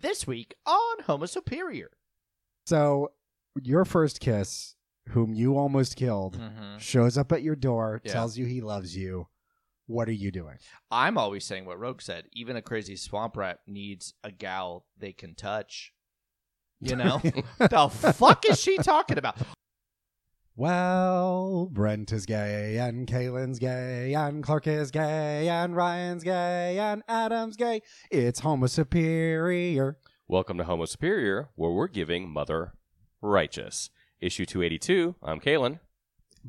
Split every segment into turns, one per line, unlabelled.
This week on Homo Superior.
So your first kiss, whom you almost killed,
Mm-hmm.
shows up at your door,
Mm-hmm. Yeah.
tells you he loves you. What are you doing?
I'm always saying what Rogue said. Even a crazy swamp rat needs a gal they can touch. You know? the fuck is she talking about?
Well, Brent is gay, and Kaylin's gay, and Clark is gay, and Ryan's gay, and Adam's gay. It's Homo Superior.
Welcome to Homo Superior, where we're giving Mother Righteous. Issue 282. I'm Kalen.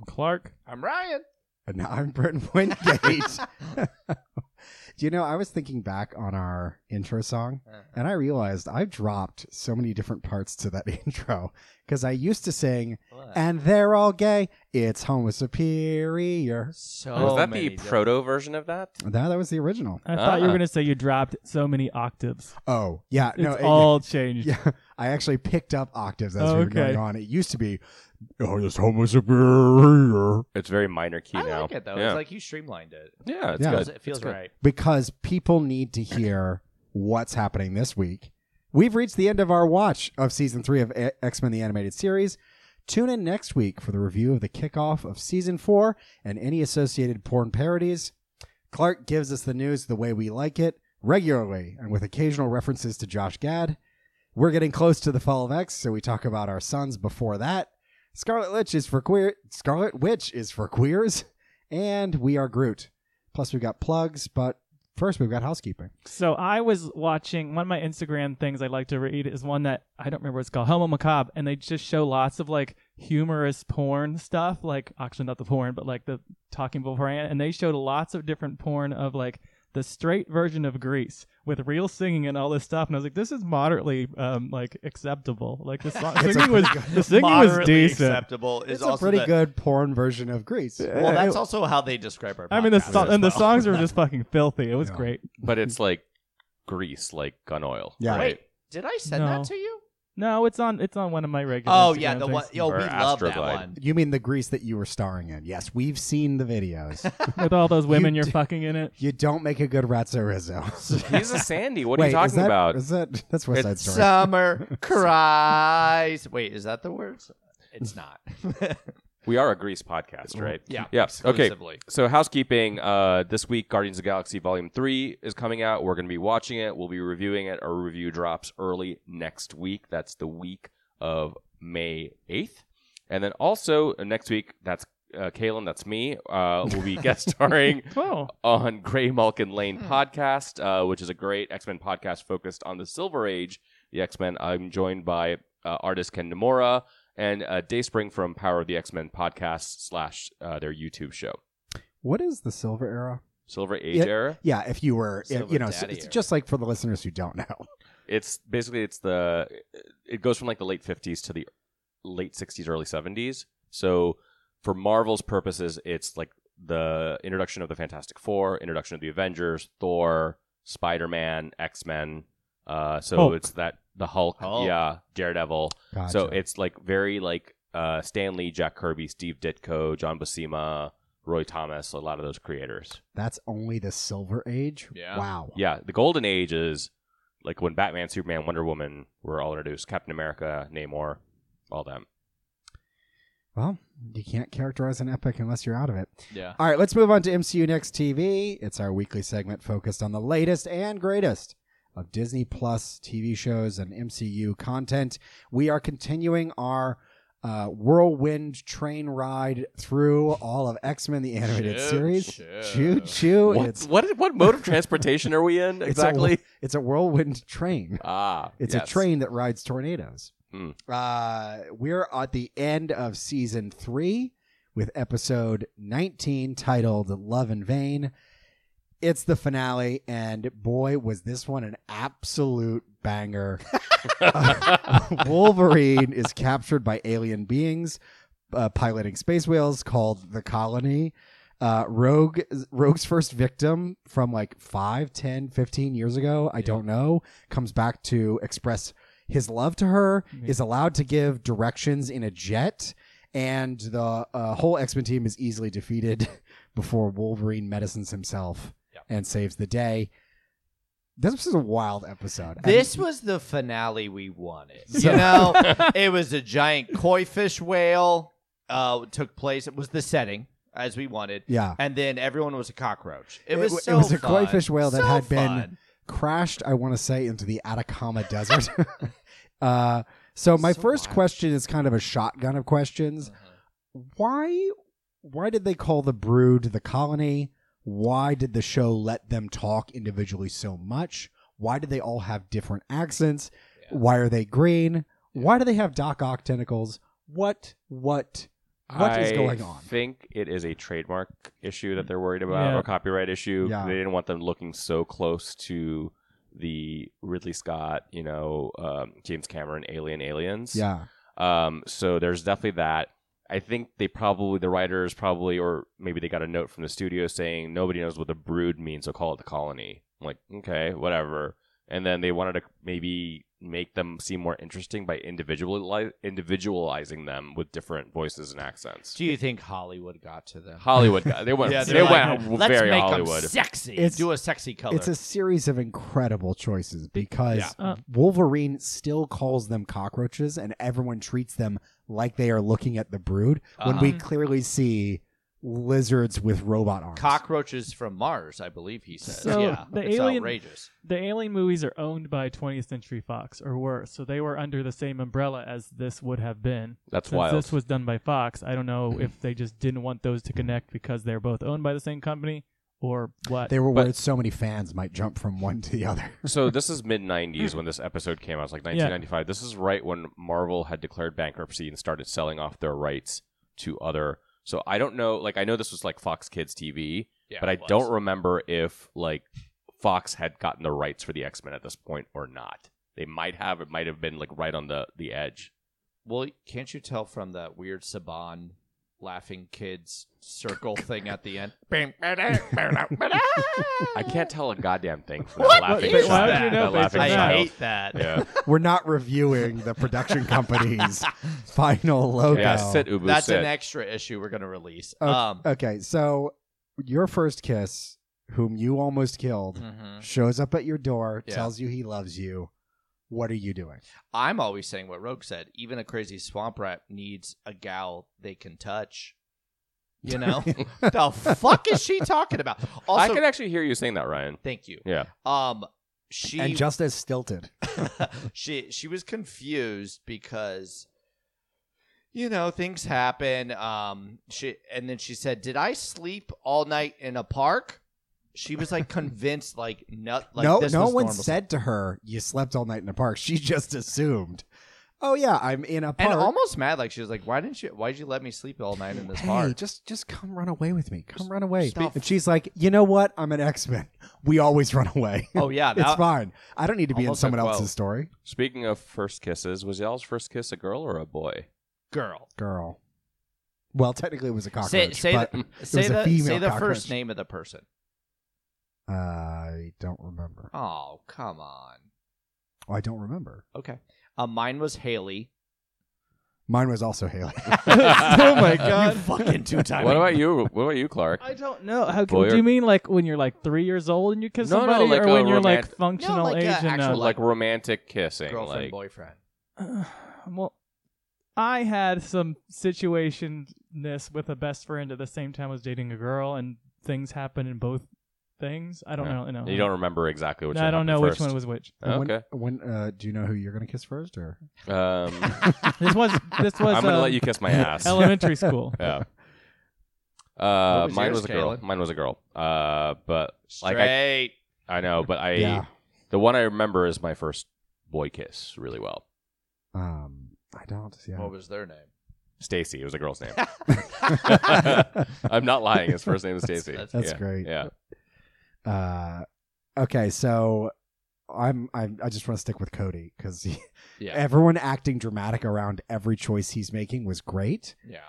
Clark.
I'm Ryan.
And now I'm Brent
Uh,
Wingate. Do you know, I was thinking back on our intro song, and I realized I've dropped so many different parts to that intro because I used to sing, and they're all gay, it's Homo Superior.
so
Was Oh,
Oh,
that
many
the
different-
proto version of that?
No, that was the original.
I thought you
Ah.
were gonna say you dropped so many octaves.
Oh, yeah.
It's
No, it-
all changed.
Yeah, I actually picked up octaves as
Oh,
we were
okay.
going on. It used to be, oh, this Homo superior,
It's very minor key
I
now.
like it though.
Yeah,
It's like you streamlined it.
yeah it's
Yeah.
good.
It feels
It's good.
right.
because people need to hear what's happening this week. We've reached the end of our watch of season three of X Men: The Animated Series. Tune in next week for the review of the kickoff of season four and any associated porn parodies. Clark gives us the news the way we like it, regularly and with occasional references to Josh Gad. We're getting close to the fall of X, so we talk about our sons before that. Scarlet Witch is for queer. Scarlet Witch is for queers, and we are Groot. Plus, we've got plugs, but first we've got housekeeping.
So I was watching one of my Instagram things I like to read is one that I don't remember what it's called, Homo Macabre, and they just show lots of like humorous porn stuff, like actually not the porn, but like the talking beforehand, and they showed lots of different porn of like the straight version of Greece with real singing and all this stuff, and I was like, this is moderately um, like acceptable. Like the song, singing was the singing was
Moderately
decent.
acceptable is
It's a
also
pretty
the-
good porn version of Greece.
Well, that's also how they describe our.
I mean, the
podcast
so-
as
and the
well.
songs were just fucking filthy. It was
Yeah.
great.
But it's like grease, like gun oil.
Yeah.
right?
Wait, did I send
No.
that to you?
No, it's on it's on one of my regular.
Oh yeah,
Instagram
the
things.
one. Yo,
Or
we love that
Astroglide.
one.
You mean the Greece that you were starring in? Yes, we've seen the videos.
with all those women
You
you are
d-
fucking in it.
you don't make a good Ratzo Rizzo.
He's a Sandy. What
Wait,
are you
is
talking
that,
about?
Is that that's West Side
It's
Story?
uh, Summer cries. Wait, is that the words? It's not.
We are a Grease podcast, right?
yeah.
Yeah. Okay.
Exclusively.
So housekeeping. Uh, this week, Guardians of the Galaxy Volume Three is coming out. We're going to be watching it. We'll be reviewing it. Our review drops early next week. That's the week of May eighth, and then also uh, next week. That's uh, Kalen. That's me. Uh, we'll be guest starring
Oh,
on Gray Malkin Lane podcast, uh, which is a great X Men podcast focused on the Silver Age, the X Men. I'm joined by uh, artist Ken Nomura and uh, Dayspring from Power of the X Men podcast slash uh, their YouTube show.
What is the Silver Era?
Silver Age
Yeah.
era.
Yeah, if you were, if-
Silver
you know, s-
Daddy
it's
era.
just like for the listeners who don't know.
It's basically it's the it goes from like the late 50s to the late 60s early 70s. So for Marvel's purposes, it's like the introduction of the Fantastic 4, introduction of the Avengers, Thor, Spider-Man, X-Men. Uh so
Hulk.
it's that the Hulk,
Hulk.
yeah, Daredevil.
Gotcha.
So it's like very like uh Stan Lee, Jack Kirby, Steve Ditko, John Buscema, Roy Thomas, a lot of those creators.
that's only the Silver Age.
Yeah.
Wow.
Yeah, the golden age is like when Batman, Superman, Wonder Woman were all introduced, Captain America, Namor, all them.
Well, you can't characterize an epic unless you're out of it.
Yeah.
All right, let's move on to MCU Next TV. It's our weekly segment focused on the latest and greatest of Disney Plus TV shows and MCU content. We are continuing our uh, whirlwind train ride through all of X Men: The Animated
Choo,
Series.
choo.
Choo choo!
What,
Oh, It's
what what mode of transportation are we in
It's a-
exactly?
it's a whirlwind train.
ah,
It's
yes.
a train that rides tornadoes.
Mm.
Uh, we're at the end of season three with episode 19 titled Love in Vain. It's the finale, and boy, was this one an absolute banger. Wolverine is captured by alien beings uh, piloting space whales called the Colony. Uh, Rogue Rogue's first victim from like 5, 10, 15 years ago, I don't know, comes back to express his love to her, is allowed to give directions in a jet, and the uh, whole X-Men team is easily defeated before Wolverine medicines himself
Yeah.
and saves the day. this was a wild episode. And
This was the finale we wanted. You know, it was a giant koi fish whale. Uh, took place. It was the setting as we wanted,
yeah,
and then everyone was a cockroach. It,
It
was
w- it
so
was a
fun.
koi fish whale that
So
had been-
fun.
crashed. I want to say into the Atacama Desert. uh, so my
So
first
wild.
question is kind of a shotgun of questions.
Mhm.
Why? Why did they call the brood the colony? Why did the show let them talk individually so much? Why did they all have different accents?
Yeah.
Why are they green? Why do they have Doc Ock tentacles? What? What? What is
I
going on?
think it is a trademark issue that they're worried about,
Yeah.
or copyright issue.
Yeah.
They didn't want them looking so close to the Ridley Scott, you know, um, James Cameron Alien Aliens.
Yeah.
Um, so there's definitely that. I think they probably the writers probably, or maybe they got a note from the studio saying nobody knows what the brood means, so call it the colony. I'm like, okay, whatever. And then they wanted to maybe make them seem more interesting by individuali- individualizing them with different voices and accents.
Do you think Hollywood got to them?
Hollywood. guy. They went.
Yeah,
they
they're
like,
went
Let's
very
make 'em
Hollywood.
sexy.
It's-
Do a sexy color.
It's a series of incredible choices because
Yeah.
Uh.
Wolverine still calls them cockroaches and everyone treats them like they are looking at the brood when we
Uh-huh.
clearly see lizards with robot arms.
cockroaches from Mars, I believe he says.
So,
yeah,
the
it's
alien-
outrageous.
The Alien movies are owned by 20th Century Fox, or were, so they were under the same umbrella as this would have been.
That's
Since
wild. Mm-hmm.
this was done by Fox, I don't know if they just didn't want those to connect because they're both owned by the same company, or what.
They were
But-
worried so many fans might jump from one to the other.
so this is mid '90s when this episode came out. It's like 1995. This is right when Marvel had declared bankruptcy and started selling off their rights to other. So I don't know. Like I know this was like Fox Kids TV,
Yeah,
but I
it was.
don't remember if like Fox had gotten the rights for the X Men at this point or not. They might have. It might have been like right on the the edge.
Well, can't you tell from that weird Saban laughing kids circle thing at the end?
I
I
can't tell a goddamn thing from
What
that laughing
is
child.
that? Why would you know
That
based
laughing
on that?
I
child.
hate that.
Yeah.
we're not reviewing the production company's final logo.
Yeah. Sit Ubu.
That's
sit.
an extra issue we're going to release.
Uh,
Oh,
um,
Okay, so your first kiss, whom you almost killed,
mhm.
shows up at your door,
Yeah.
tells you he loves you. What are you doing?
I'm always saying what Rogue said. Even a crazy swamp rat needs a gal they can touch. You know? the fuck is she talking about? Also,
I can actually hear you saying that, Ryan.
thank you.
Yeah.
Um, she
and just as stilted.
she she was confused because you know things happen um she and then she said did i sleep all night in a park she was like convinced like not like
no,
this
no
was
one
normal.
said to her, "You slept all night in a park." She just assumed, "Oh yeah, I'm in a park."
and almost mad like she was like why didn't you why'd you let me sleep all night in this
hey,
park
just just come run away with me. Come run away.
stop.
And she's like, "You know what? I'm an X Men. We always run away.
oh yeah
it's
now-
fine. I don't need to be in
Almost
someone
like,
else's
whoa.
story,
Speaking of first kisses, was y'all's first kiss a girl or a boy?
girl
girl." Well, technically, it was a cockroach.
say say
but
the, say
was a
the,
female
say the
cockroach.
first name of the person
I don't remember.
oh come on
Oh, I don't remember.
okay uh, mine was haley
Mine was also Haley.
oh
my
god you fucking two-time
what about you? What about you, Clark?
I don't know. How
Boy
do
or-
you mean like when you're like three years old and you kiss
No, no,
somebody,
like
or
a
when you're
romantic-
like functional
like a
age and
actual,
uh,
like romantic kissing,
girlfriend
like
boyfriend
Uh, well, I had some situationness with a best friend at the same time I was dating a girl, and things happened in both things. I don't
Yeah.
know. You know
you don't remember exactly which.
No,
one
I don't know
happened
which
first.
one was which.
Okay.
When, when uh, do you know who you're gonna kiss first, or
Um,
This was this was.
I'm gonna
um,
let you kiss my ass.
elementary school.
yeah. Uh,
What was
mine
yours,
was a girl.
Kalen?
Mine was a girl. Uh, but
straight
Like, I- I know, but I
yeah?
the one I remember is my first boy kiss really well.
Um, I don't. Yeah.
What was their name?
Stacy, it was a girl's name.
That's
I'm not lying. His first name is Stacy.
That's-
yeah.
great.
Yeah.
Uh, okay, so I'm, I'm I just want to stick with Cody because
Yeah.
everyone acting dramatic around every choice he's making was great.
yeah.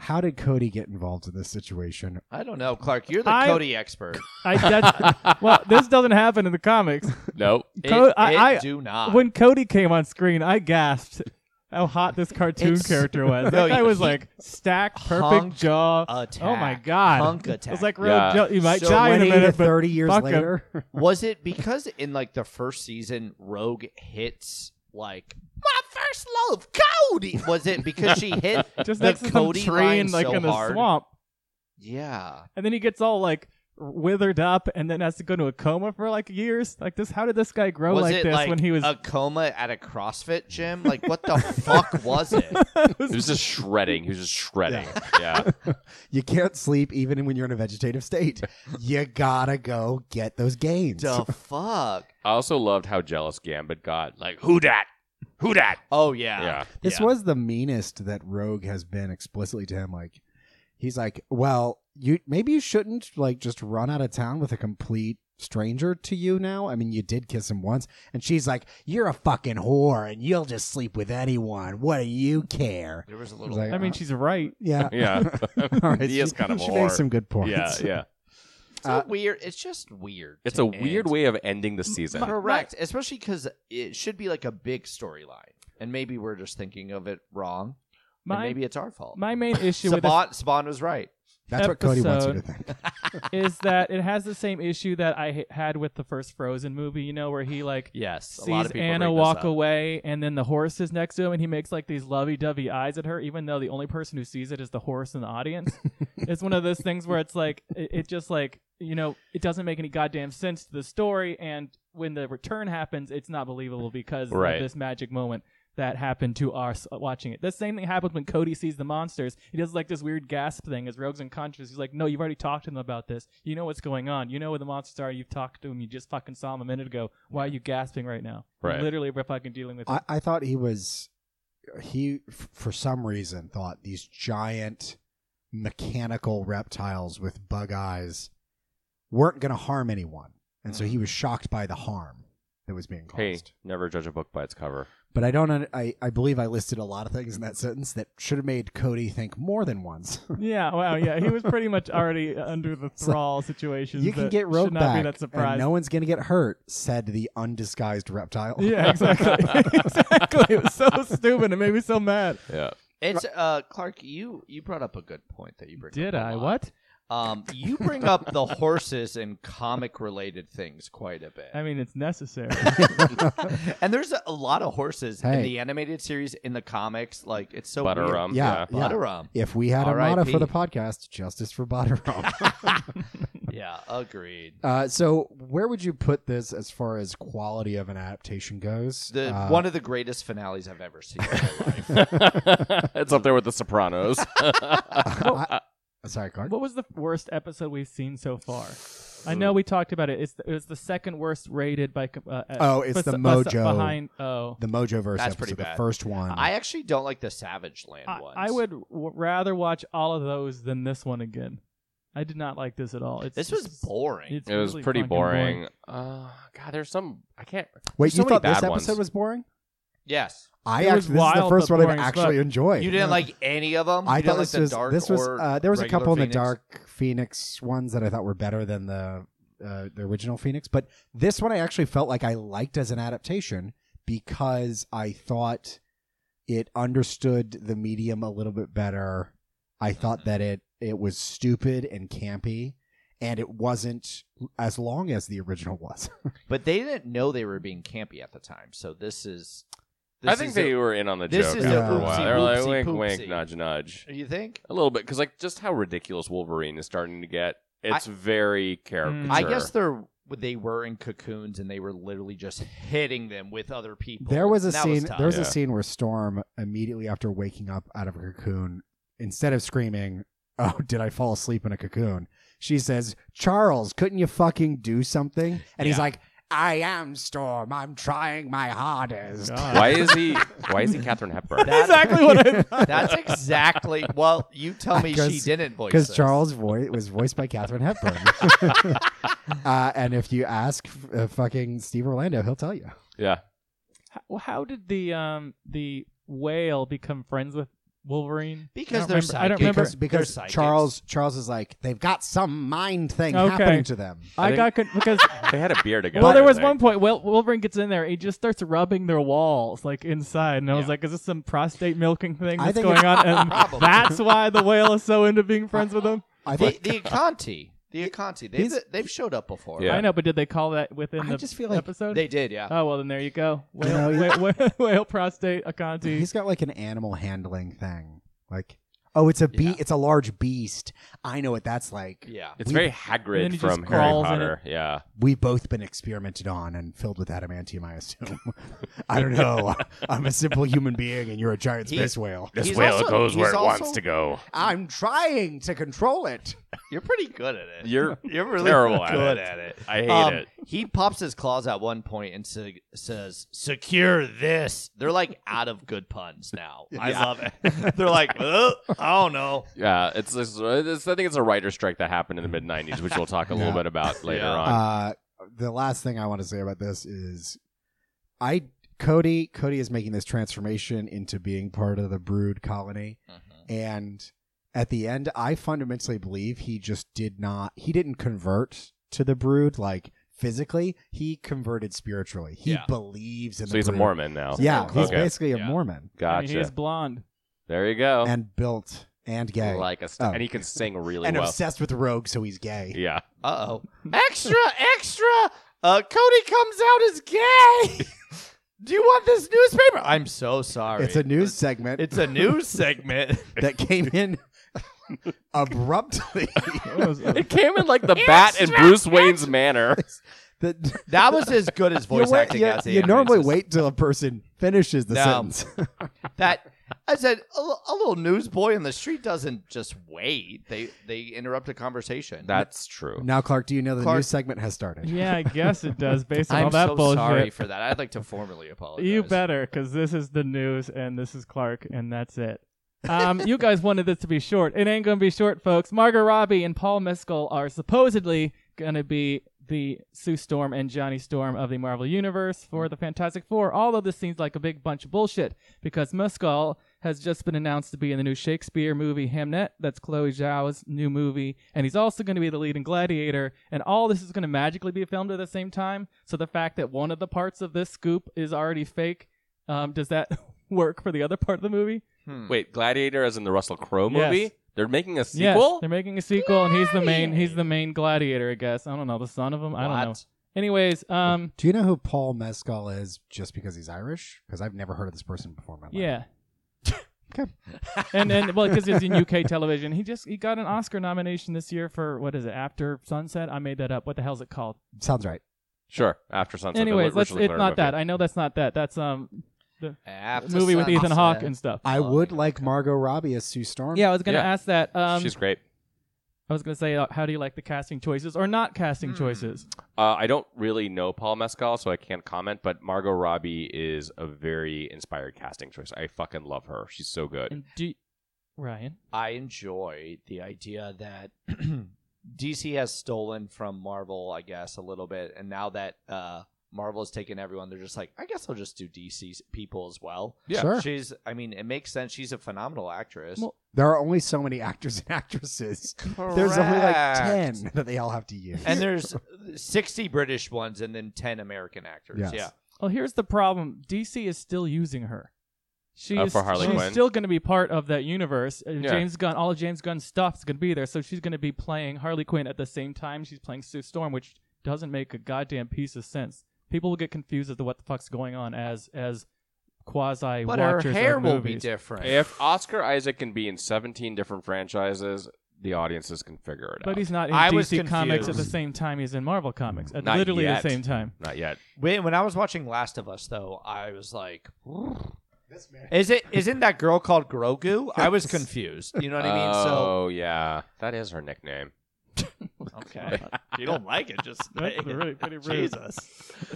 How did Cody get involved in this situation?
I don't know, Clark. You're the
I-
Cody expert.
I, that's, well, this doesn't happen in the comics.
Nope.
It,
Co- I-
it
I-
Ah.
do not.
When Cody came on screen, I gasped. how hot this cartoon
It's-
character was.
No,
That guy was
he-
like stacked, perfect
Hunk
jaw. Oh my
attack.
god,
Hunk
It was
attack.
like real.
Yeah.
jo- you might
So
die in a
20 to
minute, but
30 years
fuck 'em.
later.
Was it because in like the first season, Rogue hits like my first love, Cody? Was it because she hit
just
the
next to some
Cody
tree
line
and like
so
in the
hard?
swamp,
Yeah,
and then he gets all like withered up, and then has to go to a coma for like years. Like this, how did this guy grow
was
like
it
this
like
when he was?
a coma at a CrossFit gym? Like what the fuck was it?
it was
He was just shredding. He was just shredding. Yeah.
you can't sleep even when you're in a vegetative state. You gotta go get those gains.
The fuck?
I also loved how jealous Gambit got. Like, who dat? Who dat?
Oh yeah,
Yeah.
This
Yeah.
was the meanest that Rogue has been explicitly to him. Like, he's like, well, you maybe you shouldn't like just run out of town with a complete stranger to you now. I mean, you did kiss him once, and she's like, you're a fucking whore, and you'll just sleep with anyone. What do you care?
There was a little.
Like,
I mean, she's right.
Yeah,
Yeah.
All right,
he is kind of a
she
whore.
makes some good points.
yeah, yeah.
it's a
uh,
weird. It's just weird.
It's
to
a
end.
weird way of ending the season.
Correct, especially because it should be like a big storyline, and maybe we're just thinking of it wrong, and
My
maybe it's our fault.
my main issue with this
Saban, Saban was right.
That's what Cody wants you to
episode.
think.
is that it has the same issue that I h- had with the first Frozen movie. You know, where he like
Yes, a lot
sees
of people
Anna
bring this
walk
up.
away, and then the horse is next to him, and he makes like these lovey-dovey eyes at her, even though the only person who sees it is the horse in the audience. it's one of those things where it's like it, it just like you know it doesn't make any goddamn sense to the story, and when the return happens, it's not believable because
Right.
of this magic moment. That happened to us watching it. The same thing happens when Cody sees the monsters. He does like this weird gasp thing as Rogue's unconscious. He's like, No, you've already talked to them about this. You know what's going on. You know where the monsters are. You've talked to them. You just fucking saw them a minute ago. Why are you gasping right now?
Right.
Literally, we're fucking dealing with.
I, I thought he was he f- for some reason thought these giant mechanical reptiles with bug eyes weren't going to harm anyone and so he was shocked by the harm that was being caused
Hey, never judge a book by its cover.
but i don't un- I, I believe i listed a lot of things in that sentence that should have made cody think more than once
yeah, wow, yeah. He was pretty much already under the
So,
thrall situation.
you can
that
get rogue
should not
back
be that
and
surprised.
no one's going to get hurt said the undisguised reptile
yeah, exactly. exactly. It was so stupid. It made me so mad.
Yeah.
It's uh Clark, you you brought up a good point that you bring
Did
up a
I?
lot.
What?
Um you bring up the horses and comic related things quite a bit.
I mean, it's necessary.
and there's a lot of horses
Hey.
in the animated series in the comics like it's so
Butter
weird.
rum.
yeah, yeah.
Butterum.
if we had a
R.I.P.
motto for the podcast justice for Bottom.
Yeah, agreed.
Uh, so where would you put this as far as quality of an adaptation goes?
The
Uh,
one of the greatest finales I've ever seen. in my life.
it's up there with The Sopranos.
uh,
I- sorry, Clark.
what was the worst episode we've seen so far? I know we talked about it. It's the, it was the second worst rated by. com- Uh, uh,
Oh, it's
bes-
the
bes-
Mojo.
behind. Oh,
The Mojo verse.
That's pretty bad.
The first one.
I actually don't like the Savage Land
I,
ones.
I would w- rather watch all of those than this one again. I did not like this at all. It's
This was
just-
boring.
it's
it was
really
pretty
fucking
boring. Uh, God, there's some. I can't.
Wait,
there's
you
so many
thought this
bad ones.
episode was boring?
Yes.
I
It
actually
was
this is the
wild,
first
but
one I've
boring as
actually
fuck.
enjoyed.
You didn't
Yeah.
like any of them?
I
you
thought
didn't like
this
the
was
dark
this was
or
uh, there was a
regular
couple in
Phoenix?
the Dark Phoenix ones that I thought were better than the uh, the original Phoenix, but this one I actually felt like I liked as an adaptation because I thought it understood the medium a little bit better. I thought that it it was stupid and campy, and it wasn't as long as the original was.
But they didn't know they were being campy at the time. So this is. This
I think
is
they
a-
were in on the
this
joke
is
a
after a
oopsie,
while. They were like,
oopsie,
wink,
poopsie.
wink, nudge, nudge.
You think?
A little bit, because like just how ridiculous Wolverine is starting to get. It's very caricature.
I guess they're they were in cocoons and they were literally just hitting them with other people.
There was a
That
scene.
tough.
there was
Yeah.
a scene where Storm immediately after waking up out of a cocoon, instead of screaming, "Oh, did I fall asleep in a cocoon?" she says, "Charles, couldn't you fucking do something?" And he's
Yeah.
like, "I am Storm. I'm trying my hardest."
God.
Why is he? Why is he Catherine Hepburn?
That-
exactly what I thought.
That's exactly. Well, you tell me she
Because-
didn't voice
Because
this.
Charles' voice was voiced by Catherine Hepburn, uh, and if you ask uh, fucking Steve Orlando, he'll tell you.
yeah,
How, how did the um the whale become friends with Wolverine?
Because
I don't
they're
remember- I
psychic.
don't remember.
because, because
they're psychics.
Charles Charles is like they've got some mind thing
Okay.
happening to them.
I,
think-
got con- because
They had a beer together.
well, there was
I
one
think.
point. Well, Wolverine gets in there. He just starts rubbing their walls like inside, and I was
Yeah.
like, "Is this some prostate milking thing
I
that's
think
going on?"
Probably.
And that's why the whale is so into being friends with him.
I
The,
think
the Akanti. The Akanti. They've,
He's-
they've showed up before.
Yeah.
I know, but did they call that within
I
the
just feel like
episode?
They did, yeah.
oh well, then there you go.
No,
Whale,
he-
whale, whale, whale prostate, Akanti.
he's got like an animal handling thing. Like oh, it's a bee.
Yeah.
It's a large beast. I know what that's like.
yeah.
It's
We-
very
then
Hagrid
he just
from Harry
crawls in
Potter. Yeah.
We've both been experimented on and filled with adamantium. I assume. I don't know. I'm a simple human being, and you're a giant
He-
space whale.
This He's whale also- goes where he's it wants also- to
go.
I'm trying to control it.
You're pretty good at it.
You're
You're really
terrible at
good
it.
at it.
I hate
Um,
it.
He pops his claws at one point and se- says, "Secure this." They're like out of good puns now. I love it. They're like, "Ugh, I don't know.
Yeah, it's, it's, it's I think it's a writer strike that happened in the mid '90s, which we'll talk a little
Yeah.
bit about later
Yeah.
on.
Uh, the last thing I want to say about this is, I Cody Cody is making this transformation into being part of the Brood colony, and at the end, I fundamentally believe he just did not. He didn't convert to the Brood like physically. He converted spiritually. He
Yeah.
believes in.
so
the
he's a
Brood.
Mormon now.
Yeah, he's
Okay.
basically a
Yeah.
Mormon
I mean,
Gotcha.
he's blonde.
there you go.
and built and gay
Like a st-
Oh.
and he can sing really
and
well.
obsessed with Rogue, so he's gay.
Yeah.
Uh oh, extra, extra. Uh, Cody comes out as gay. Do you want this newspaper? I'm so sorry.
It's a news segment
It's a news segment.
that came in abruptly.
It was-
It came in like the bat in Bruce Wayne's manner.
that
That was as good as voice
you, wait-
acting
you-
as
you
Ian
normally
Rance's.
wait till a person finishes the
No.
sentence.
that I said a, l- a little newsboy in the street doesn't just wait. They they interrupt a conversation.
That's true.
now, Clark, do you know the
Clark-
news segment has started?
yeah, I guess it does based on
I'm
all that
so
bullshit.
sorry for that. I'd like to formally apologize.
You better, because this is the news, and this is Clark, and that's it. Um, you guys wanted this to be short. It ain't gonna be short, folks. Margot Robbie and Paul Mescal are supposedly gonna be the Sue Storm and Johnny Storm of the Marvel Universe for the Fantastic Four. All of this seems like a big bunch of bullshit because Mescal has just been announced to be in the new Shakespeare movie Hamnet. That's Chloe Zhao's new movie, and he's also going to be the lead in Gladiator. And all this is going to magically be filmed at the same time. So the fact that one of the parts of this scoop is already fake, um, does that work for the other part of the movie?
Hmm.
Wait, Gladiator as in the Russell Crowe
Yes.
movie? They're making a
Yes,
sequel?
they're making a sequel, and he's the main. He's the main gladiator, I guess. I don't know the son of him. I don't know.
What?
Anyways, um,
Do you know who Paul Mescal is just because he's Irish? Because I've never heard of this person before in my life.
yeah.
Okay.
and then, well, because it's in UK television, he just he got an Oscar nomination this year for what is it? After Sunset. I made that up. What the hell's it called?
Sounds right.
Sure. After Sunset.
Anyways,
the
let's,
Richard
it's
Linklater
not that.
movie.
I know that's not that. That's um
After
movie with Ethan
sunset.
Hawke and stuff.
I
Oh,
would
yeah,
like Margot Robbie as Sue Storm.
Yeah, I was gonna
Yeah.
ask that. Um,
She's great.
I was gonna say, uh, how do you like the casting choices or not casting choices?
Uh, I don't really know Paul Mescal, so I can't comment. But Margot Robbie is a very inspired casting choice. I fucking love her. She's so good.
And do Ryan?
I enjoy the idea that DC has stolen from Marvel, I guess, a little bit, and now that uh, Marvel has taken everyone, they're just like, I guess I'll just do DC's people as well.
Yeah.
Sure.
She's, I mean, it makes sense. She's a phenomenal actress.
Well,
There are only so many actors and actresses. There's only like
Correct.
10 that they all have to use.
and there's 60 British ones and then 10 American actors.
Yes.
Yeah.
Well, Oh, here's the problem. DC is still using her. She
Uh,
is,
for Harley
she's
Quinn?
still going to be part of that universe. Uh,
Yeah.
James Gunn, all of James Gunn's stuff is going to be there, so she's going to be playing Harley Quinn at the same time she's playing Sue Storm, which doesn't make a goddamn piece of sense. People will get confused as to what the fuck's going on as as quasi
But
watchers
her hair
of
will be
movies.
different.
If Oscar Isaac can be in 17 different franchises, the audiences can figure it out.
But he's not in
I was
DC Comics at the
confused.
same time he's in Marvel Comics. At
Not
literally
yet.
the same time.
not yet.
When, when I was watching Last of Us, though, I was like, "Is it? Isn't that girl called Grogu?" I was confused. You know what I mean? So
Oh yeah, that is her nickname.
okay, you don't like it? Just
That's really pretty rude.
Jesus.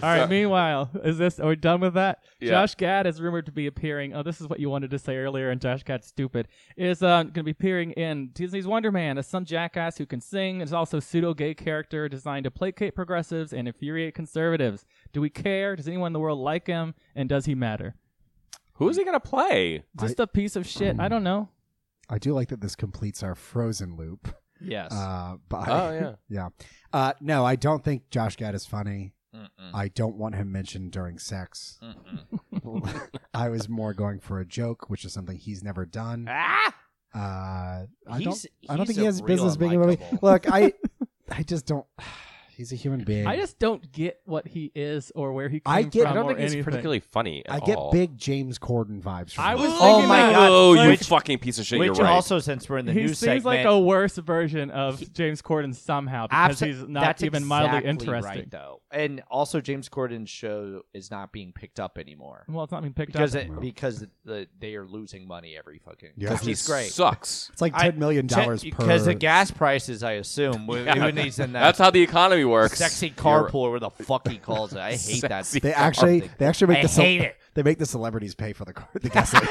All right. Meanwhile, is this? Are we done with that?
Yeah.
Josh Gad is rumored to be appearing. Oh, this is what you wanted to say earlier, and Josh Gad's stupid is uh, going to be appearing in Disney's Wonder Man as some jackass who can sing. Is also pseudo gay character designed to placate progressives and infuriate conservatives. Do we care? Does anyone in the world like him? And does he matter?
Who is he gonna play?
Just a piece of shit. I don't know.
I do like that this completes our Frozen loop.
Yes.
Uh, by,
Oh yeah.
yeah. Uh, no, I don't think Josh Gad is funny.
Mm-mm.
I don't want him mentioned during sex.
Mm-mm.
I was more going for a joke, which is something he's never done.
ah,
Uh, I don't.
He's-
I don't
he's
think he
a
has
real
business being a movie.
unlikable.
Look, I, I just don't. He's a human being.
I just don't get what he is or where he came
I get-
from
I
I don't
or
think he's
anything.
particularly funny at
I get
all.
big James Corden vibes. From
I
him.
was
Oh
thinking
my
that,
God,
Oh, you
like,
fucking piece of shit!
Which
you're right.
also, since we're in the
he
news
seems
segment,
like a worse version of James Corden somehow because
Abso-
he's not
that's
even
exactly
mildly
right,
interesting.
though. And also, James Corden's show is not being picked up anymore
well, it's not being picked
because
up.
it, because the, they are losing money every fucking.
Yeah.
Because
he
he's great.
sucks.
it's like
I-
ten million dollars per.
because of gas prices, I assume. Who- Who needs in that?
That's how the economy works.
sexy
You're-
carpool, or where the fuck he calls it. I hate that.
Sexy
They actually,
something.
they actually make
I
the ce-
hate it.
They make the celebrities pay for the car, the gasoline.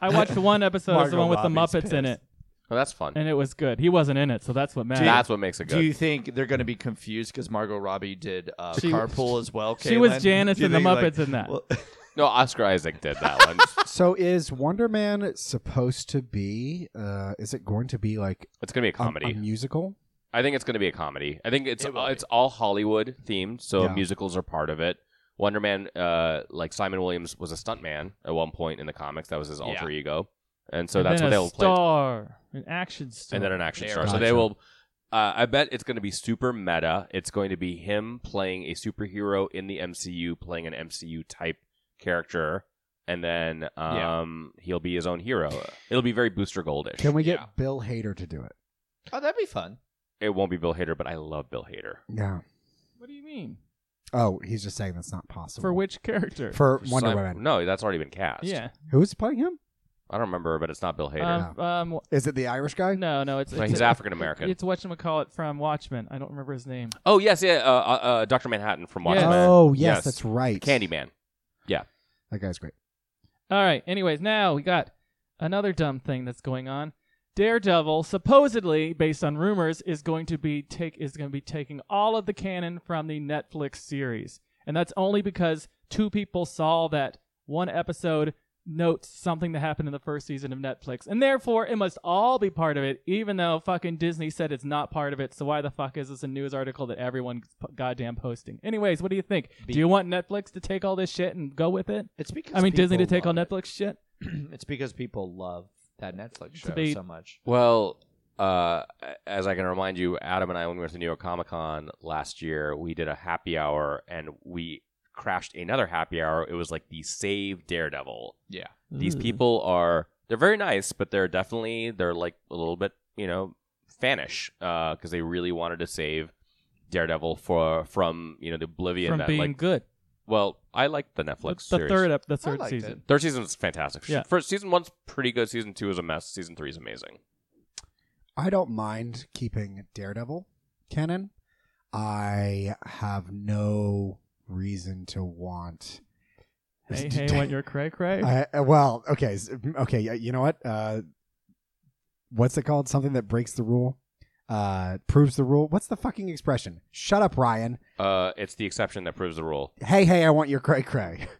I watched one episode, it's the
Margot
one with the Muppets
Robbie's
in it,
pissed.
Oh, that's fun.
and it was good. He wasn't in it, so that's what matters.
That's what makes it
Do
good.
you think they're going to be confused because Margot Robbie did uh,
She-
carpool as well?
she was
Caitlin?
Janice
Do you
in the
think,
Muppets in that.
well-
No, Oscar Isaac did that one.
so is Wonder Man supposed to be? Uh, is it going to be like
It's gonna be a
a-
comedy.
a
Um,
musical?
I think it's going to be a comedy. I think it's
It will
uh,
be.
it's all Hollywood themed, so
Yeah.
musicals are part of it. Wonder Man, uh, like Simon Williams was a stuntman at one point in the comics. That was his alter ego, and so
And
that's
then
what
a
they'll play.
star, an action star.
And then an action
There
star.
it
So
is.
they
Gotcha.
will. Uh, I bet it's going to be super meta. It's going to be him playing a superhero in the MCU, playing an MCU type character, and then
Yeah.
um, he'll be his own hero. It'll be very Booster Goldish.
Can we get
Yeah.
Bill Hader to do it?
oh, that'd be fun.
it won't be Bill Hader, but I love Bill Hader.
Yeah.
what do you mean?
Oh, he's just saying that's not possible
For which character?
for
For
Wonder
Simon-
Woman.
No, that's already been cast.
yeah.
Who's playing him?
I don't remember, but it's not Bill Hader.
Um, um,
Is it the Irish guy?
no, no, it's,
No,
it's
he's African American.
It's whatchamacallit from Watchmen. I don't remember his name.
oh yes, yeah, uh, uh, uh, Doctor Manhattan from
Yes.
Watchmen.
Oh yes, that's right.
Candyman.
That guy's great.
All right. Anyways, now we got another dumb thing that's going on. Daredevil, supposedly based on rumors, is going to be take is going to be taking all of the canon from the Netflix series, and that's only because two people saw that one episode notes something that happened in the first season of Netflix, and therefore it must all be part of it, even though fucking Disney said it's not part of it. So why the fuck is this a news article that everyone's p- goddamn posting? Anyways, what do you think?
Be-
do you want Netflix to take all this shit and go with it?
It's because
I mean, Disney to
people
take on
love
Netflix shit.
it. It's because people love that Netflix show
be-
so much.
Well, uh, as I can remind you, Adam and I, when we went to New York Comic Con last year, we did a happy hour and we crashed another happy hour. It was like the Save Daredevil.
Yeah.
Hmm.
These people are they're very nice, but they're definitely they're like a little bit you know fanish because they really wanted to save Daredevil for from you know the oblivion
from
that
being
like
good.
Well, I like the Netflix
the
series.
third up, the
I
third
liked
season.
it.
Third season is fantastic.
Yeah.
First season one's pretty good. Season two is a mess. Season three is amazing.
I don't mind keeping Daredevil canon. I have no reason to want.
Hey, hey, what your cray cray?
I, uh, well, okay, s- okay. uh, You know what? Uh, what's it called? Something that breaks the rule, uh, proves the rule. What's the fucking expression? Shut up, Ryan.
Uh, it's the exception that proves the rule.
Hey, hey, I want your cray cray.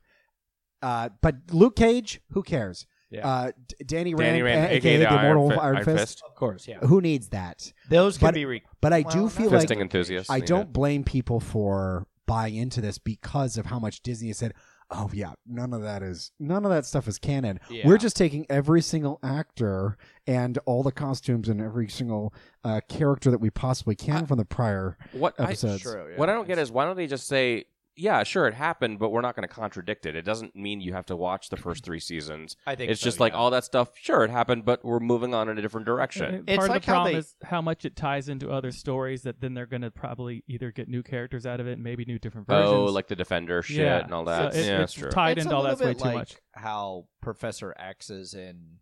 Uh, but Luke Cage, who cares?
Yeah.
Uh, D- Danny Rand,
Danny Rand,
a- aka, the immortal
Fi-
Iron, Fist.
Of course, yeah.
Who needs that?
Those could
But-
be. Re-
But I
Well,
do
not-
feel
Fisting
like
enthusiast.
I
yeah.
don't blame people for buying into this because of how much Disney has said, "Oh yeah, none of that is none of that stuff is canon.
Yeah.
We're just taking every single actor and all the costumes and every single uh, character that we possibly can from the prior."
What I,
Episodes.
True, yeah.
what I don't get is why don't they just say, yeah, sure, it happened, but we're not going to contradict it. It doesn't mean you have to watch the first three seasons.
I think
It's
so,
just like
yeah.
all that stuff. Sure, it happened, but we're moving on in a different direction.
Part
It's
of
like
the
how
problem
they-
is how much it ties into other stories that then they're going to probably either get new characters out of it, and maybe new different versions.
Oh, like the Defender shit
yeah.
and all that.
So it-
yeah, that's
it's
true.
tied
It's
into
a
all
little
that's way
bit
too
like
much.
How Professor X is in,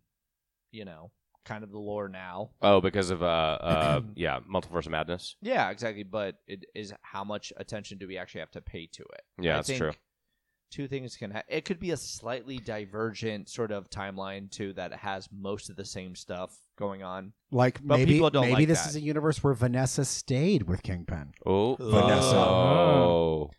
you know, kind of the lore now.
oh, because of uh, uh, yeah, Multiverse of Madness.
Yeah, exactly. But it is how much attention do we actually have to pay to it? I
Yeah, that's
think
true.
Two things can ha- it could be a slightly divergent sort of timeline too that has most of the same stuff going on.
Like
But
maybe
people don't
maybe
like
this is
that.
a universe where Vanessa stayed with Kingpin.
Oh,
Vanessa.
Oh.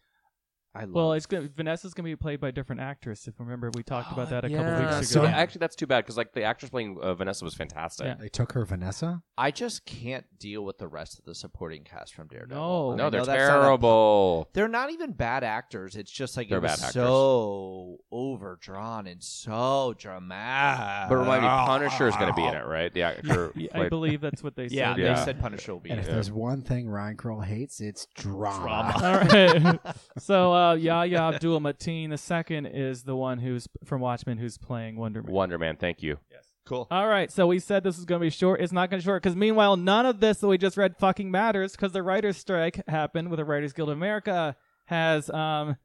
I love
Well, it's gonna Vanessa's gonna be played by a different actress. If remember, we talked about that a couple weeks
So
ago.
actually, that's too bad because like the actress playing uh, Vanessa was fantastic.
Yeah.
They took her Vanessa.
I just can't deal with the rest of the supporting cast from Daredevil.
No.
Oh, I
No, they're
know that's not a-
terrible.
They're not even bad actors. It's just like
They're
it was
bad actors.
so overdrawn and so dramatic.
But remind me, Punisher is going to be in it, right? The actor.
Yeah, I
played-
believe that's what they said.
Yeah,
Yeah.
they said Punisher will be in
And if
it.
there's one thing Ryan Kroll hates, it's drama.
All right. so uh, Yahya Abdul Mateen the second is the one who's from Watchmen who's playing Wonder Man.
Wonder Man. Thank you.
Cool.
All right, so we said this was going to be short. It's not going to be short because meanwhile, none of this that we just read fucking matters because the writers' strike happened with the Writers Guild of America has um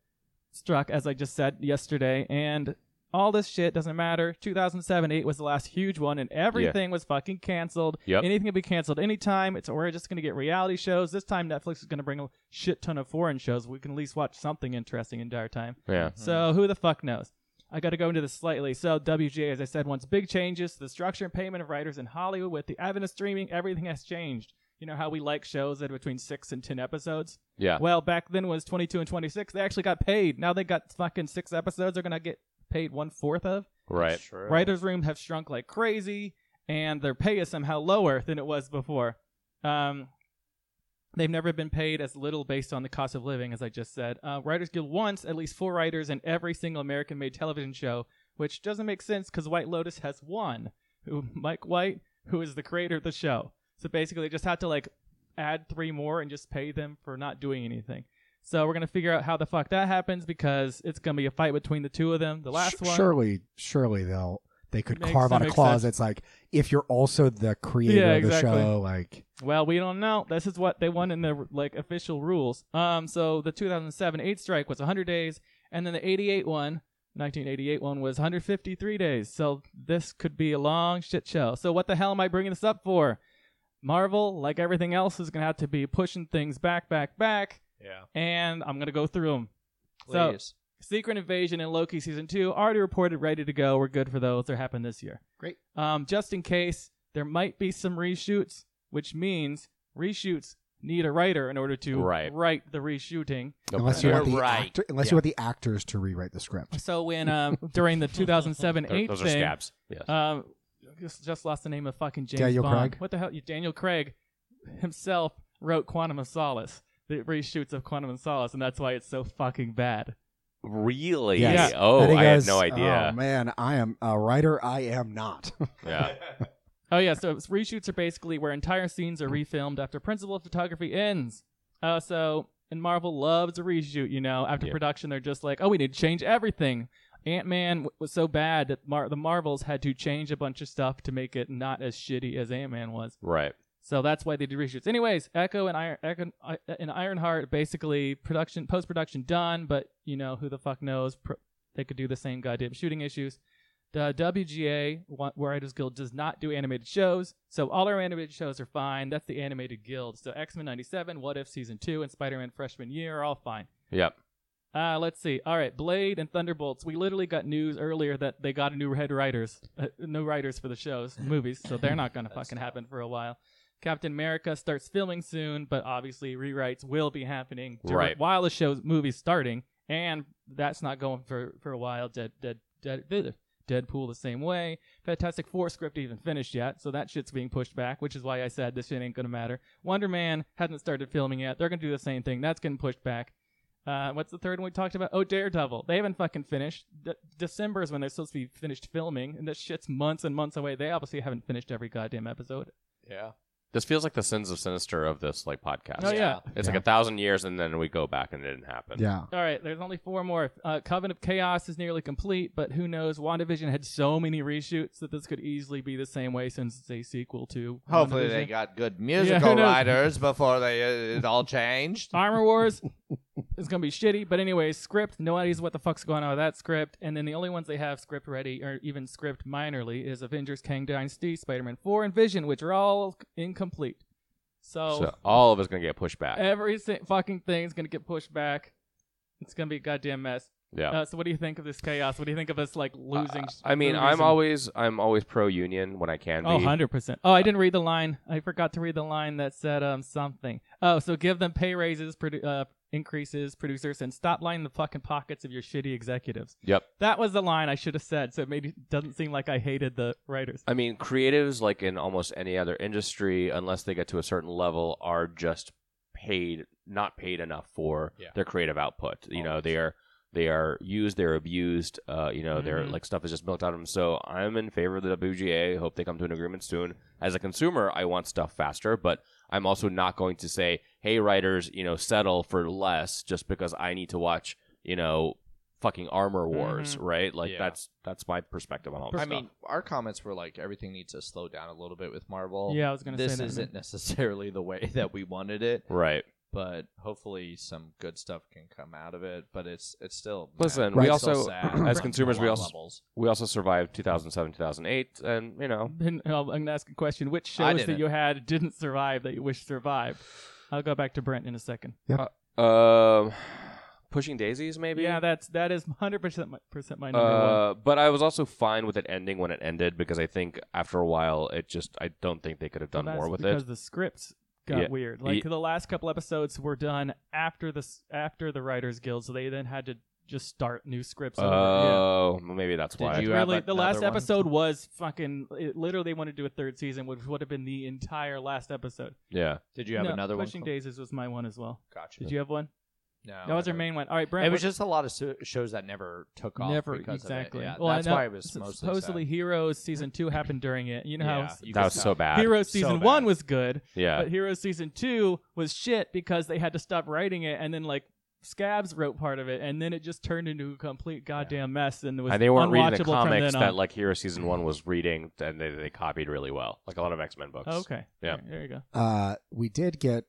struck, as I just said yesterday, and all this shit doesn't matter. 2007 8 was the last huge one, and everything was fucking canceled.
Yep.
Anything can be canceled anytime. It's we're just going to get reality shows. This time, Netflix is going to bring a shit ton of foreign shows. We can at least watch something interesting entire time.
Yeah.
So who the fuck knows? I got to go into this slightly. So WGA, as I said, wants big changes to the structure and payment of writers in Hollywood. With the advent of streaming, everything has changed. You know how we like shows that are between six and ten episodes.
Yeah.
Well, back then was twenty-two and twenty-six. They actually got paid. Now they got fucking six episodes. They're gonna get paid one fourth of.
Right.
Writers' room have shrunk like crazy, and their pay is somehow lower than it was before. Um, they've never been paid as little based on the cost of living, as I just said. Uh, Writers Guild wants at least four writers in every single American-made television show, which doesn't make sense because White Lotus has one, who Mike White, who is the creator of the show. So basically, they just had to like add three more and just pay them for not doing anything. So we're gonna figure out how the fuck that happens because it's gonna be a fight between the two of them. The last
Sh-
one,
Surely, surely they'll they could
Makes-
carve
that
out a
makes
clause
sense.
that's like if you're also the creator
Yeah,
of the
exactly.
show, like
Well, we don't know. This is what they want in the like official rules. Um, so the 2007 eight strike was 100 days, and then the 88 one, 1988 one was 153 days. So this could be a long shit show. So what the hell am I bringing this up for? Marvel, like everything else, is gonna have to be pushing things back, back, back,
Yeah.
and I'm gonna go through them. So-
Please.
Secret Invasion and Loki season two already reported, ready to go. We're good for those. They're happening this year.
Great.
Um, just in case there might be some reshoots, which means reshoots need a writer in order to
Right.
write the reshooting.
Nope.
unless you want
You're
the
right.
actor, unless you want the actors to rewrite the script.
So when um, during the 2007
They're-
8
Those are
thing,
scabs. Uh, Yes.
um, just, just lost the name of fucking James
Daniel
Bond.
Craig?
What the hell? Daniel Craig himself wrote Quantum of Solace, the reshoots of Quantum of Solace, and that's why it's so fucking bad.
really?
Yes.
Oh,
think
I had
was-
no
Oh
idea.
man, I am a writer. I am not.
yeah.
Oh yeah, so it's- reshoots are basically where entire scenes are refilmed after principal photography ends. Uh, so and Marvel loves a reshoot. You know, after
Yeah.
production, they're just like, oh, we need to change everything. Ant Man w- was so bad that Mar- the Marvels had to change a bunch of stuff to make it not as shitty as Ant Man was.
Right.
So that's why they did reshoots. Anyways, Echo and Iron Echo I- and Ironheart basically production post production done, but you know who the fuck knows? Pro- they could do the same goddamn shooting issues. The WGA wa- Writers Guild does not do animated shows, so all our animated shows are fine. That's the animated guild. So X Men '97, What If Season Two, and Spider Man Freshman Year are all fine.
Yep.
Uh, let's see. All right, Blade and Thunderbolts. We literally got news earlier that they got a new head writers, uh, new writers for the shows, movies. So they're not gonna fucking happen for a while. Captain America starts filming soon, but obviously rewrites will be happening dur-
Right.
while the show's movie's starting, and that's not going for for a while. Dead, dead, dead. bleh. Deadpool the same way. Fantastic Four script even finished yet, so that shit's being pushed back, which is why I said this shit ain't gonna matter. Wonder Man hasn't started filming yet. They're gonna do the same thing. That's getting pushed back. Uh, what's the third one we talked about? Oh, Daredevil. They haven't fucking finished. De- December is when they're supposed to be finished filming, and this shit's months and months away. They obviously haven't finished every goddamn episode.
Yeah.
This feels like the sins of sinister of this like podcast.
Oh, yeah.
It's like a thousand years, and then we go back, and it didn't happen.
yeah,
All right, there's only four more. Uh, Coven of Chaos is nearly complete, but who knows? WandaVision had so many reshoots that this could easily be the same way since it's a sequel to.
Hopefully they
WandaVision.
got good musical
knows?
writers before they uh, it all changed.
Armor Wars is gonna be shitty, but anyway, script. No ideas what the fuck's going on with that script. And then the only ones they have script ready, or even script minorly, is Avengers, Kang Dynasty, Spider-Man Four, and Vision, which are all incomplete. So,
So all of us gonna get pushed back.
every si- fucking thing's gonna get pushed back. It's gonna be a goddamn mess.
yeah.
Uh, so what do you think of this chaos? What do you think of us like losing?
I mean,
movies
I'm
and-
always I'm always pro union when I can
Oh,
be.
100%. Oh, I didn't read the line. I forgot to read the line that said um something. Oh, so give them pay raises, produ- uh, increases, producers, and stop lining the fucking pockets of your shitty executives.
Yep.
That was the line I should have said, so it made it doesn't seem like I hated the writers.
I mean, creatives, like in almost any other industry, unless they get to a certain level, are just paid not paid enough for
Yeah.
their creative output. You know, they are they are used, they're abused. Uh, you know, their
Mm-hmm.
Mhm.
like stuff is just milked out of them. So I'm in favor of the WGA. Hope they come to an agreement soon. As a consumer, I want stuff faster, but I'm also not going to say, "Hey, writers, you know, settle for less just because I need to watch." You know. Fucking armor wars, right? Like
Mm-hmm. Yeah.
that's that's my perspective on all. This
I
stuff.
mean, our comments were like everything needs to slow down a little bit with Marvel.
Yeah, I was gonna
this
say that.
isn't necessarily the way that we wanted it,
right?
but hopefully some good stuff can come out of it. But it's it's still
Listen,
man,
we
it's still
also-
sad
as
on
consumers,
a
we
lot of
also-
levels.
we also survived 2007 2008 and you know
Then, uh, I'm gonna ask a question: Which
I
shows that
didn't.
you had didn't survive that you wish survived? I'll go back to Brent in a second.
um pushing daisies maybe
Yeah, that's that is 100 percent percent my number one.
uh, but I was also fine with it ending when it ended because I think after a while it just I don't think they could have done
Well, that's
more with
because
it.
the scripts got
Yeah.
weird. Like
Ye-
the last couple episodes were done after the s- after the Writers Guild, so they then had to just start new scripts. over. Yeah.
Oh, maybe that's
Did
why.
you- have
Really, the
another
last
one?
episode was fucking. It, literally, they wanted to do a third season, which would have been the entire last episode.
yeah,
Did you have
No,
another
Pushing
one?
Daisies was my one as well.
Gotcha.
Did you have one?
No,
that was
I
our
don't-
main one. All right, Brent.
It
what-
was just a lot of so- shows that never took off.
Never
because of it.
exactly.
Yeah,
well, I
that's
know-
why it was
s-
mostly
supposedly Heroes season two happened during it. You know
Yeah,
how
you
that
could
was so
tell.
bad.
Heroes
So
season
bad.
one was good,
yeah,
but Heroes season two was shit because they had to stop writing it, and then like Scabs wrote part of it, and then it just turned into a complete goddamn mess, and it was
and Uh, they weren't reading the
unwatchable from
comics
then on.
that like Hero Season One was reading, and they, they copied really well, like a lot of X Men books.
Oh, okay,
Yeah.
All right, there you go.
uh, we did get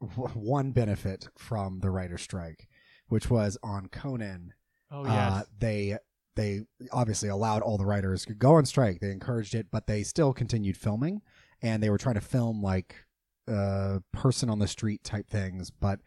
w- one benefit from the writer strike, which was on Conan.
Oh
uh,
yes,
they they obviously allowed all the writers to go on strike. They encouraged it, but they still continued filming, and they were trying to film like uh, person on the street type things. But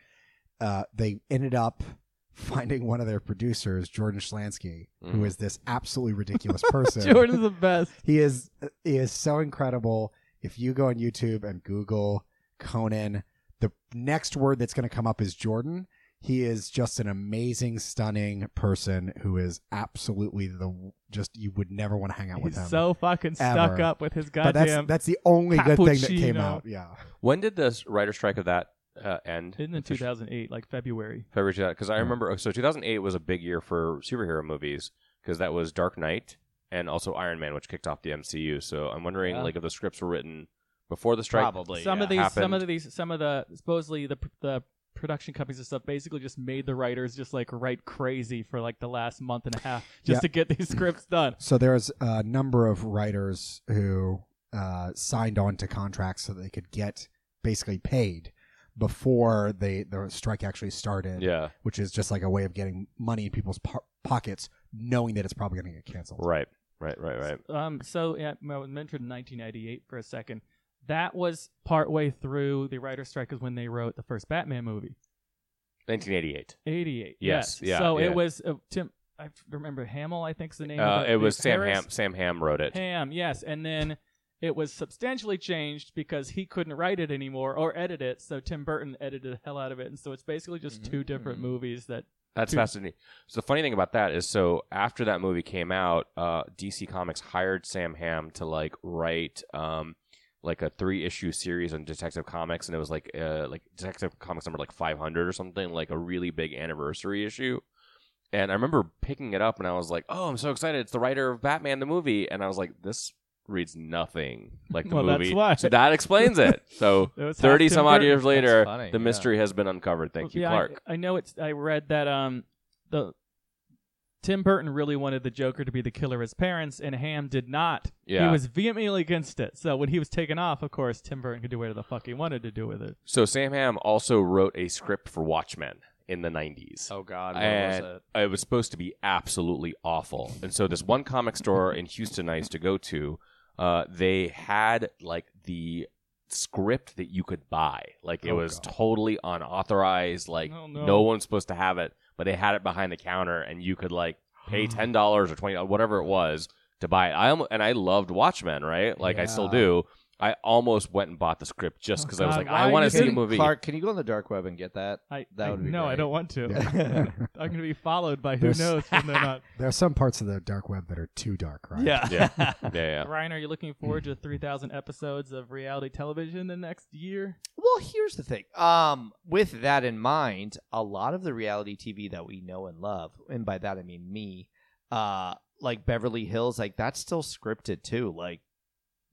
uh, they ended up finding one of their producers, Jordan Schlansky, who
Mhm.
is this absolutely ridiculous person.
Jordan's the best.
He is he is so incredible. If you go on YouTube and Google Conan, the next word that's going to come up is Jordan. He is just an amazing, stunning person who is absolutely the just you would never want to hang out with
He's
him.
so fucking stuck
Ever.
up with his
but that's
goddamn.
that's the only good thing that came
Cappuccino.
out. Yeah,
When did the writer strike of that uh, end?
in the
Officially?
2008, like February.
February 2000, because I
Hmm.
Yeah.
remember. oh, So 2008 was a big year for superhero movies because that was Dark Knight and also Iron Man, which kicked off the MCU. So I'm wondering,
Yeah.
like, if the scripts were written before the strike.
probably
some of
yeah.
these, some
happened.
of these, some of the supposedly the the production companies and stuff basically just made the writers just like write crazy for like the last month and a half just
Yeah.
to get these scripts done.
So there's a number of writers who uh, signed on to contracts so they could get basically paid before they the strike actually started.
Yeah,
which is just like a way of getting money in people's po- pockets, knowing that it's probably going to get canceled.
right, right, right, right.
Um, so yeah, I was mentioned 1998 for a second. That was partway through the writer strike is when they wrote the first Batman movie.
1988.
88.
Yes, yeah,
so
yeah.
it was uh, Tim. I remember Hamill. I think's the name.
Uh,
of the,
it was
the
Sam
Harris?
Ham. Sam Ham wrote it.
Ham, yes. And then it was substantially changed because he couldn't write it anymore or edit it, so Tim Burton edited the hell out of it. And so it's basically just two different
Mm.
Mm-hmm.
movies that
That's
Dude.
fascinating. So the funny thing about that is, so after that movie came out, uh, DC Comics hired Sam Ham to like write um, like a three issue series on Detective Comics, and it was like uh, like Detective Comics number like five hundred or something, like a really big anniversary issue. And I remember picking it up, and I was like, "Oh, I'm so excited! It's the writer of Batman the movie." And I was like, "This reads nothing like the
Well, that's
movie."
why.
So that explains it. So
it was half
thirty
Tim
some odd
Burton.
years later,
funny,
the
yeah.
mystery has been uncovered. Thank you,
Yeah, I-
Clark.
I, know it's. I read that um the Tim Burton really wanted the Joker to be the killer of his parents, and Ham did not.
Yeah.
He was vehemently against it. So when he was taken off, of course, Tim Burton could do whatever the fuck he wanted to do with it.
So Sam Ham also wrote a script for Watchmen in the 90s.
Oh God, what
and
was it?
it was supposed to be absolutely awful. And so this one comic store in Houston I used to go to, uh, they had like the script that you could buy. Like it
Oh,
was
God.
totally unauthorized. Like
Oh, no.
one's supposed to have it, but they had it behind the counter, and you could like pay ten uh, dollars or twenty, dollars whatever it was, to buy it. I almost, and I loved Watchmen, right? Like I still
Yeah.
do. I almost went and bought the script just
Oh,
because I was
God,
like,
why
I
are
want
you
to see the
kidding?
movie.
Clark, can you go on the dark web and get that?
I,
That
I-
would be
no, I
great.
don't want to. I'm gonna be followed by who
There's-
knows when they're not.
There are some parts of the dark web that are too dark, right?
Yeah. yeah, yeah.
Ryan, are you looking forward to 3,000 episodes of reality television the next year?
Well, here's the thing. Um, with that in mind, a lot of the reality TV that we know and love, and by that I mean me, uh, like Beverly Hills, like that's still scripted too. Like,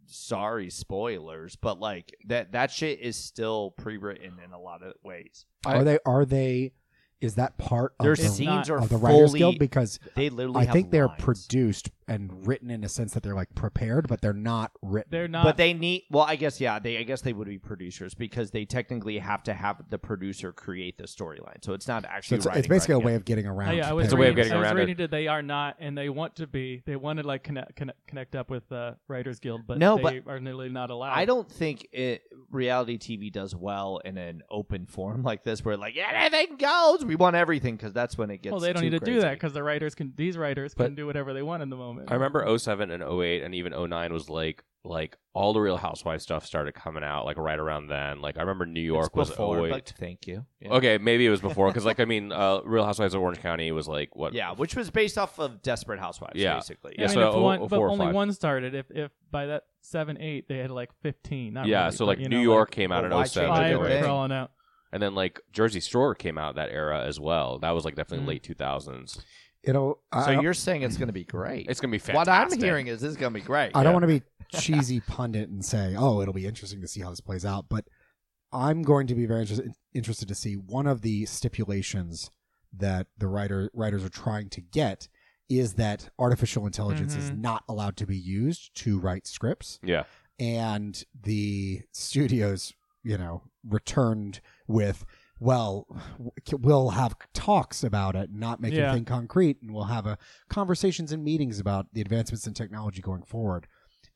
sorry, spoilers, but like that that shit is still pre-written in a lot of ways.
Are they? Are they? Is that part
Their
of the,
It's
scenes
not-
are
of the
fully.
Writers Guild? Because
they literally.
I
have
think they're
lines.
produced and written in a sense that they're like prepared, but they're not written.
They're not.
But they need well, I guess yeah, they I guess they would be producers because they technically have to have the producer create the storyline. So it's not
so
actually
it's, it's
writing,
basically
writing
a way
it.
of getting around.
Oh, yeah, I was
It's a way of
reading-
getting
I was
around
reading it. They are not, and they want to be. They want to like connect connect, connect up with uh, Writers Guild, but
No,
they are nearly not allowed.
I don't think it reality TV does well in an open forum like this where like anything goes. We want everything because that's when it gets
Well, they don't
too
need to do
crazy.
that because the writers can. These writers
But-
can do whatever they want in the moment.
I remember 07 and 08 and even 09 was like like all the Real Housewives stuff started coming out like right around then. Like I remember New
It's
York was
before,
08.
but thank you. Yeah.
Okay, maybe it was before because like I mean, uh, Real Housewives of Orange County was like what?
Yeah, which was based off of Desperate Housewives,
Yeah.
basically.
Yeah,
I mean,
so
if
oh-
one,
oh
but
four or
only
five.
one started. If if by that seven eight they had like fifteen. Not
yeah.
really,
so
but,
like
you
New
know,
York came out
well, why
in 07,
change came
Like, five
out
and
in
were
the day.
crawling out.
and then like Jersey Shore came out that era as well. That was like definitely
Mm.
late 2000s.
It'll. I,
So
I don't-
you're saying it's going to be great.
It's gonna be
what
fantastic.
I'm hearing is this is going to be great.
I don't
yeah.
want to be cheesy pundit and say, "Oh, it'll be interesting to see how this plays out," but I'm going to be very interested interested to see one of the stipulations that the writer writers are trying to get is that artificial intelligence is
Mhm.
not allowed to be used to write scripts
Yeah.
and the studios, you know, returned with, well, w- we'll have talks about it, not make
Yeah.
anything concrete, and we'll have a conversations and meetings about the advancements in technology going forward.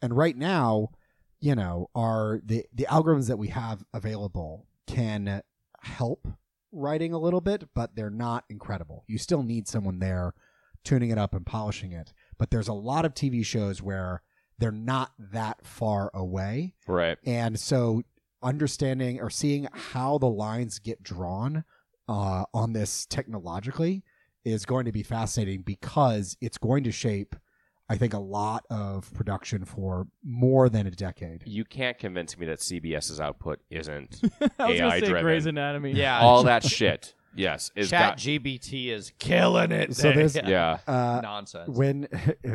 And right now, you know, are the the algorithms that we have available can help writing a little bit, but they're not incredible. You still need someone there tuning it up and polishing it. But there's a lot of TV shows where they're not that far away.
Right.
And so understanding or seeing how the lines get drawn uh, on this technologically is going to be fascinating because it's going to shape, I think, a lot of production for more than a decade.
You can't convince me that CBS's output isn't
I was
AI
gonna say
driven.
Grey's Anatomy.
Yeah,
all that shit. Yes, is
Chat
got-
GBT is killing it.
So there's-
Yeah.
yeah.
Uh,
nonsense.
when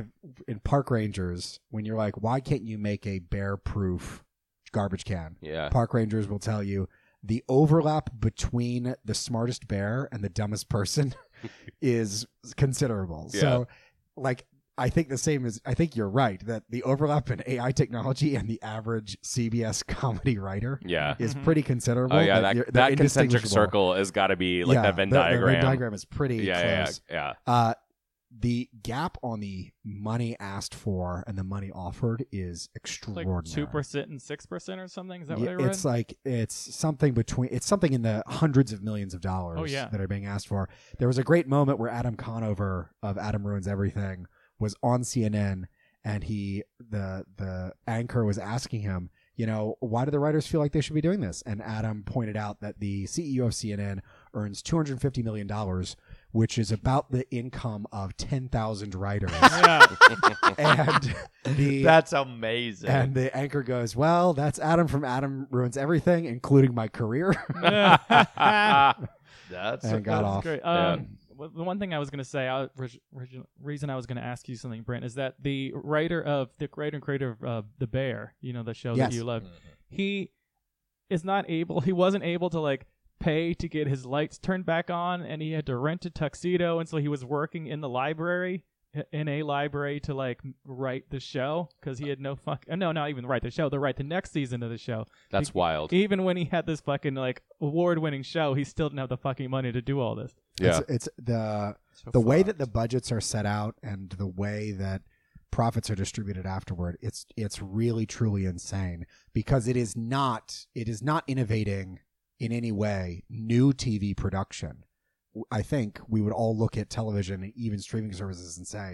in Park Rangers, when you're like, why can't you make a bear proof garbage can?
Yeah.
Park Rangers will tell you the overlap between the smartest bear and the dumbest person is considerable. So, like, I think the same is, I think you're right that the overlap in AI technology and the average CBS comedy writer
Yeah.
is
Mhm.
pretty considerable.
Oh yeah,
that
that,
you're-
that,
they're
concentric
indistinguishable.
circle has got to be like
Yeah,
that Venn
the- the Venn
diagram.
diagram is pretty
yeah, yeah,
close.
yeah, yeah.
Uh, the gap on the money asked for and the money offered is
It's like
extraordinary.
two percent and six percent or something. Is that what I
Yeah,
read?
It's like it's something between it's something in the hundreds of millions of dollars
Oh, yeah.
that are being asked for. There was a great moment where Adam Conover of Adam Ruins Everything was on CNN and he the the anchor was asking him, you know, why do the writers feel like they should be doing this? And Adam pointed out that the CEO of CNN earns 250 million dollars, which is about the income of 10,000 writers.
yeah.
and the
that's amazing.
and the anchor goes, Well, that's Adam from Adam Ruins Everything, including my career.
that's
and got
That's
off.
Great.
Yeah.
Um, w- The one thing I was going to say, I, res- origi- reason I was going to ask you something, Brent, is that the writer of the writer and creator of uh, The Bear, you know, the show
Yes.
that you love, he is not able. He wasn't able to like pay to get his lights turned back on, and he had to rent a tuxedo, and so he was working in the library. i- In a library to like write the show because he had no fuck uh, no not even write the show to write the next season of the show
That's wild.
even when he had this fucking like award winning show he still didn't have the fucking money to do all this
Yeah.
It's, it's the
So
the way that
fucked.
the budgets are set out and the way that profits are distributed afterward, it's it's really truly insane because it is not it is not innovating in any way new TV production. W- I think we would all look at television and even streaming services Mm-hmm. and say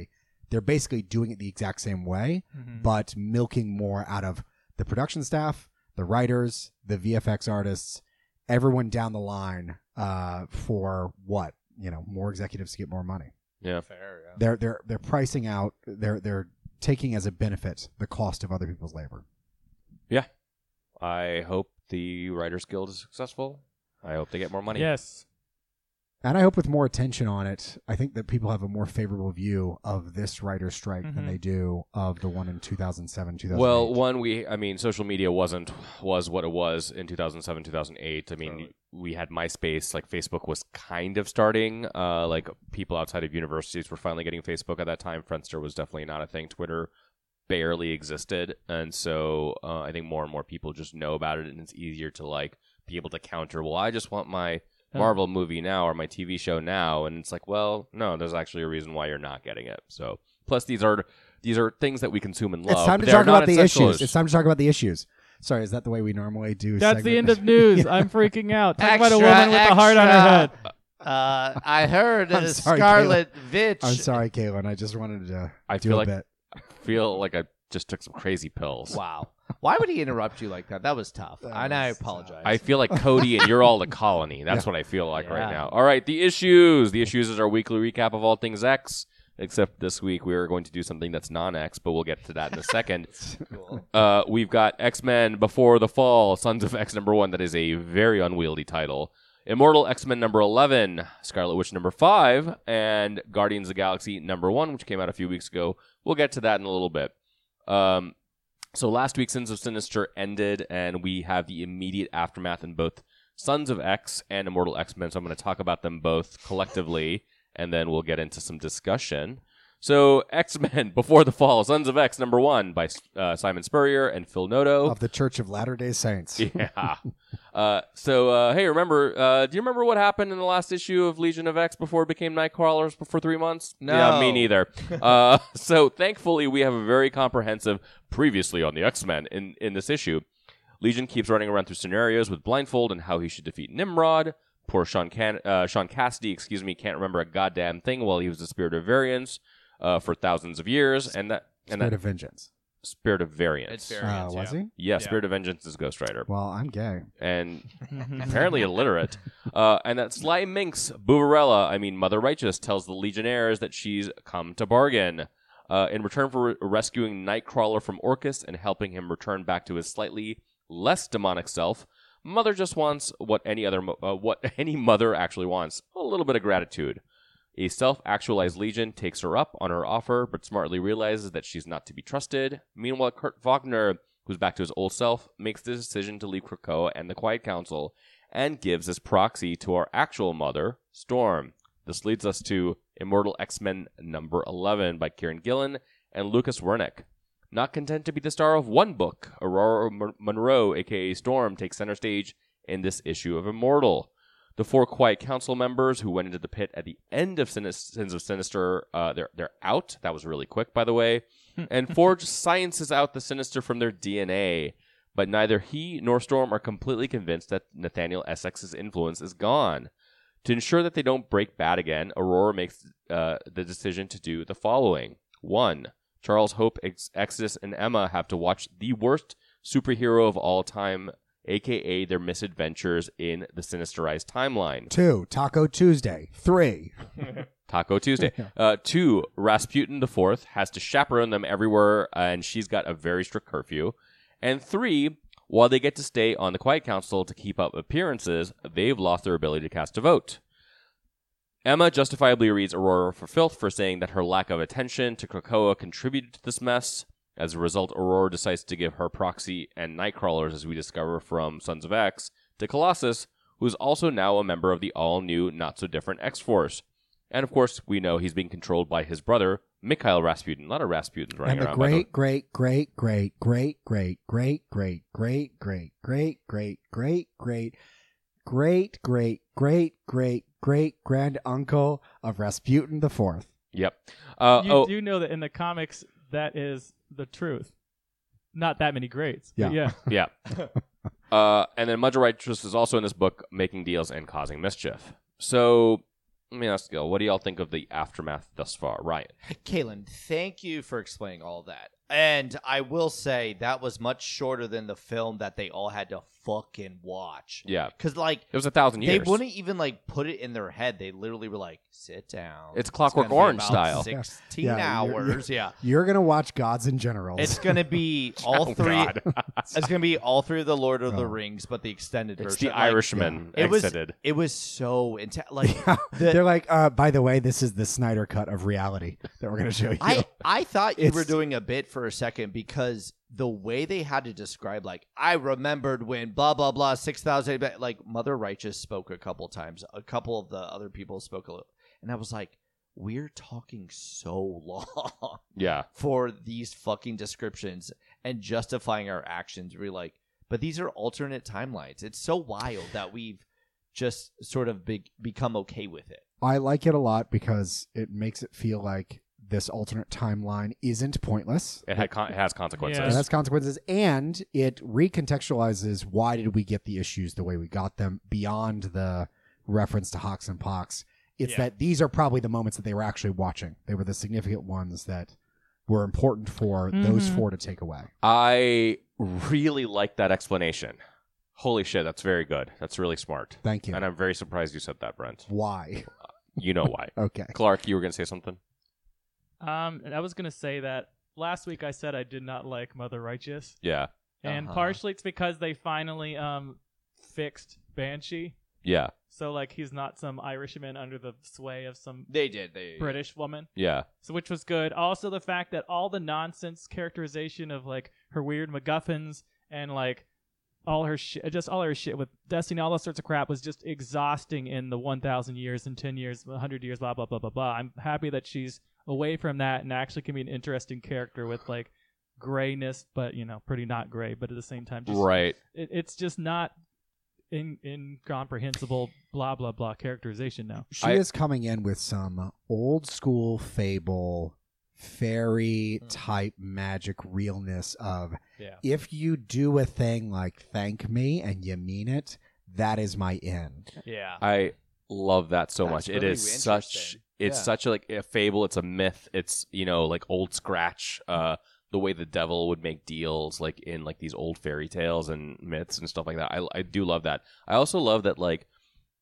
they're basically doing it the exact same way. but milking more out of the production staff, the writers, the VFX artists, everyone down the line uh, for what you know more executives to get more money.
Yeah.
Fair, yeah.
They're they're they're pricing out. They're they're taking as a benefit the cost of other people's labor.
I hope the Writers Guild is successful. I hope they get more money.
Yes.
And I hope with more attention on it, I think that people have a more favorable view of this writer's strike than
Mhm.
they do of the one in 2007, 2008.
Well, one we I mean, social media wasn't was what it was in 2007, 2008. I mean,
Totally.
we had MySpace, like Facebook was kind of starting. Uh, like people outside of universities were finally getting Facebook at that time. Friendster was definitely not a thing. Twitter barely existed, and so uh, I think more and more people just know about it, and it's easier to like be able to counter. Well, I just want my
Oh.
Marvel movie now or my TV show now, and it's like, well, no, there's actually a reason why you're not getting it. So, plus these are these are things that we consume and love.
it's time to
but they
talk
are not
about the
essential.
issues. It's time to talk about the issues. Sorry, is that the way we normally do?
That's the end
segments?
of news. I'm freaking out. Talk about a
Extra,
woman with a heart on her
extra.
head.
Uh, I heard
I'm
uh,
sorry,
Scarlet Vitch.
I'm sorry, Caitlin. I just wanted to
I
do
feel
a
like-
bit.
feel like I just took some crazy pills.
Wow. Why would he interrupt you like that? That was tough.
That
and I
was tough.
apologize.
I feel like Cody and you're all the colony. That's what I feel like right
Yeah.
now. All right, the issues. The issues is our weekly recap of all things X. Except this week we are going to do something that's non-X, but we'll get to that in a second.
Cool.
Uh, we've got X Men Before the Fall, Sons of X number one. That is a very unwieldy title. Immortal X Men number 11, Scarlet Witch number 5, and Guardians of the Galaxy number 1, which came out a few weeks ago. We'll get to that in a little bit. Um, so last week, Sins of Sinister ended, and we have the immediate aftermath in both Sons of X and Immortal X Men. So I'm going to talk about them both collectively, and then we'll get into some discussion. So X Men Before the Fall, Sons of X number one by uh, Simon Spurrier and Phil Noto.
of the Church of Latter Day Saints.
Oh. Yeah. Uh, so uh, hey, remember? Uh, do you remember what happened in the last issue of Legion of X before it became Nightcrawlers for three months? Yeah,
No.
me neither. uh, so thankfully, we have a very comprehensive previously on the X Men in in this issue. Legion keeps running around through scenarios with Blindfold and how he should defeat Nimrod. Poor Sean Can- uh, Sean Cassidy, excuse me, can't remember a goddamn thing while he was the Spirit of Variance uh, for thousands of years, and that and
Spirit
that
of Vengeance.
Spirit of Variance.
It's
yeah,
Variance.
Uh, was
yeah.
he?
Spirit of Vengeance is Ghost Rider
Well, I'm gay.
and
Mm-hmm.
apparently illiterate. Uh, and that sly minx, Buvarella, I mean Mother Righteous, tells the Legionnaires that she's come to bargain. Uh, in return for re- rescuing Nightcrawler from Orcus and helping him return back to his slightly less demonic self, Mother just wants what any other mo- uh, what any mother actually wants: a little bit of gratitude. A self-actualized Legion takes her up on her offer, but smartly realizes that she's not to be trusted. Meanwhile, Kurt Wagner, who's back to his old self, makes the decision to leave Krakoa and the Quiet Council, and gives as proxy to our actual mother, Storm. This leads us to Immortal X-Men number 11 by Kieran Gillen and Lucas Wernick. Not content to be the star of one book, Aurora Mon- Monroe, aka Storm, takes center stage in this issue of Immortal. The four Quiet Council members who went into the pit at the end of Sinis- Sins of Sinister, uh, they're they're out. That was really quick, by the way. and Forge sciences out the Sinister from their DNA, but neither he nor Storm are completely convinced that Nathaniel Essex's influence is gone. To ensure that they don't break bad again, Aurora makes uh, the decision to do the following: one, Charles Hope, Ex- Exodus, and Emma have to watch the worst superhero of all time, aka their misadventures in the Sinisterized timeline.
Two, Taco Tuesday. Three.
Taco Tuesday. Uh, two, Rasputin the Fourth has to chaperone them everywhere, uh, and she's got a very strict curfew. And three, while they get to stay on the Quiet Council to keep up appearances, they've lost their ability to cast a vote. Emma justifiably reads Aurora for filth for saying that her lack of attention to Krakoa contributed to this mess. As a result, Aurora decides to give her proxy and Nightcrawlers, as we discover from Sons of X, to Colossus, who is also now a member of the all new, not so different X Force. And of course, we know he's being controlled by his brother, Mikhail Rasputin. A lot of Rasputins running
and the
around. by the way.
great, great, great, great, great, great, great, great, great, great, great, great, great, great, great, great, great, great, great grand uncle of Rasputin the Fourth.
Yep. Uh,
you
oh,
do know that in the comics, that is the truth. Not that many greats.
Yeah.
but yeah.
yeah. uh, and then Mudger Righteous is also in this book making deals and causing mischief. So let me ask you, all what do y'all think of the aftermath thus far, Ryan?
Kaylin, thank you for explaining all that. And I will say that was much shorter than the film that they all had to fucking watch.
Yeah,
Because, like,
it was a thousand years.
they wouldn't even, like, put it in their head. They literally were like, sit down.
It's Clockwork
gonna be
Orange
about
style.
Yeah.
16
Yeah, you're- you're-
hours. yeah.
You're gonna watch Gods and Generals.
It's going to be all
Oh,
three.
God.
It's going to be all three of the Lord of
Oh.
the Rings, but the extended
it's
version.
the
Like,
Irishman
it was
exited.
it was so intense. Like the-
They're like, uh, by the way, this is the Snyder cut of reality that we're gonna show you.
I, I thought you were
It's-
doing a bit for a second because the way they had to describe, like, I remembered when blah, blah, blah, 6,000, but, like, Mother Righteous spoke a couple times. A couple of the other people spoke a little. And I was like, we're talking so long
yeah,
for these fucking descriptions and justifying our actions. We're like, but these are alternate timelines. It's so wild that we've just sort of be- become okay with it.
I like it a lot because it makes it feel like this alternate timeline isn't pointless.
it had con- it has consequences.
It has consequences, and it recontextualizes why did we get the issues the way we got them beyond the reference to Hawks and Pox. It's
Yeah.
that these are probably the moments that they were actually watching. They were the significant ones that were important for those
Mhm.
four to take away.
I really like that explanation. Holy shit, that's very good. That's really smart.
Thank you.
And I'm very surprised you said that, Brent.
why?
You know why.
Okay.
Clark, you were going to say something?
Um, and I was gonna say that last week I said I did not like Mother Righteous,
Yeah.
and
Uh-huh.
partially it's because they finally um fixed Banshee,
Yeah.
so like he's not some Irishman under the sway of some
They did. They
British woman,
Yeah.
so which was good. Also, the fact that all the nonsense characterization of like her weird MacGuffins and like all her shit, just all her shit with Destiny, all those sorts of crap was just exhausting in the one thousand years and ten years, hundred years, blah blah blah blah blah. I'm happy that she's away from that and actually can be an interesting character with like grayness, but you know, pretty not gray, but at the same time, just
Right.
it, it's just not. In, incomprehensible blah blah blah characterization now.
She
I-
is coming in with some old school fable, fairy type magic realness of
Yeah.
if you do a thing like thank me and you mean it, that is my end.
Yeah.
I love that so
That's
much. it
really
is such
interesting.
it's
Yeah.
such a, like a fable, it's a myth. It's, you know, like old scratch, uh the way the devil would make deals like in like these old fairy tales and myths and stuff like that. I I do love that. I also love that like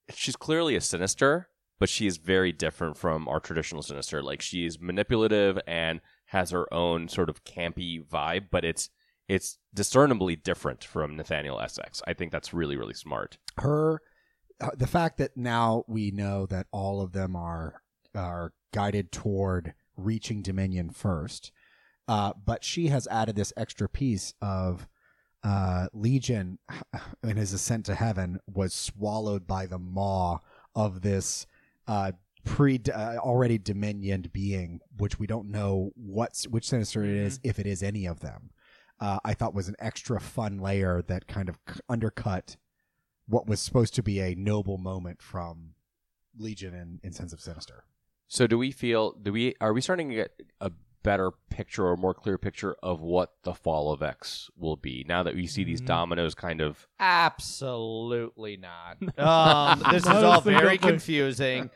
she's clearly a sinister, but she is very different from our traditional sinister. Like she's manipulative and has her own sort of campy vibe, but it's it's discernibly different from Nathaniel Essex. I think that's really really smart.
Her, uh, the fact that now we know that all of them are are guided toward reaching Dominion first, uh, but she has added this extra piece of. Uh, Legion, in his ascent to heaven, was swallowed by the maw of this uh, pre uh, already dominioned being, which we don't know what's which sinister it is, if it is any of them. Uh, I thought was an extra fun layer that kind of c- undercut what was supposed to be a noble moment from Legion and, and Sense of Sinister.
So do we feel do we are we starting to get a better picture or a more clear picture of what the fall of X will be now that we see these
Mhm.
dominoes kind of
Absolutely not. Um, this is
Not a
all
single
very
thing.
confusing.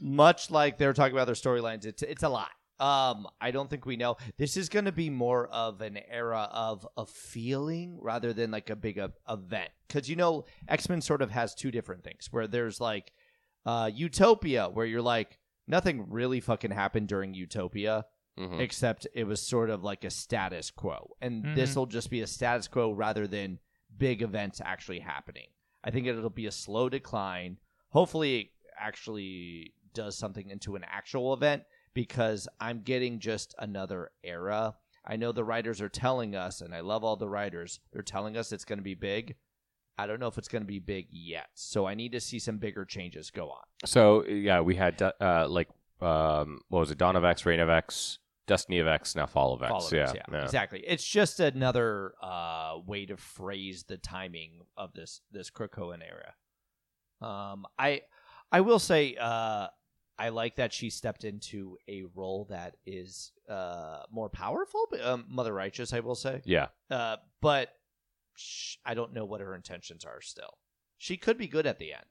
Much like they were talking about their storylines, it's it's a lot. Um, I don't think we know. This is going to be more of an era of a feeling rather than like a big uh, event. Because you know, X Men sort of has two different things where there's like uh, Utopia, where you're like nothing really fucking happened during Utopia
Mm-hmm.
except it was sort of like a status quo. And
Mhm.
this will just be a status quo rather than big events actually happening. I think it'll be a slow decline. Hopefully, it actually does something into an actual event because I'm getting just another era. I know the writers are telling us, and I love all the writers, they're telling us it's going to be big. I don't know if it's going to be big yet. So I need to see some bigger changes go on.
So yeah, we had uh, like um, what was it? Dawn of X, Reign of X, Destiny of X, now Fall of X.
Followers,
yeah,
exactly. It's just another uh, way to phrase the timing of this this Krakoan era. Um, I I will say uh, I like that she stepped into a role that is uh, more powerful, but, um, Mother Righteous, I will say.
Yeah.
Uh, but sh- I don't know what her intentions are. Still, she could be good at the end.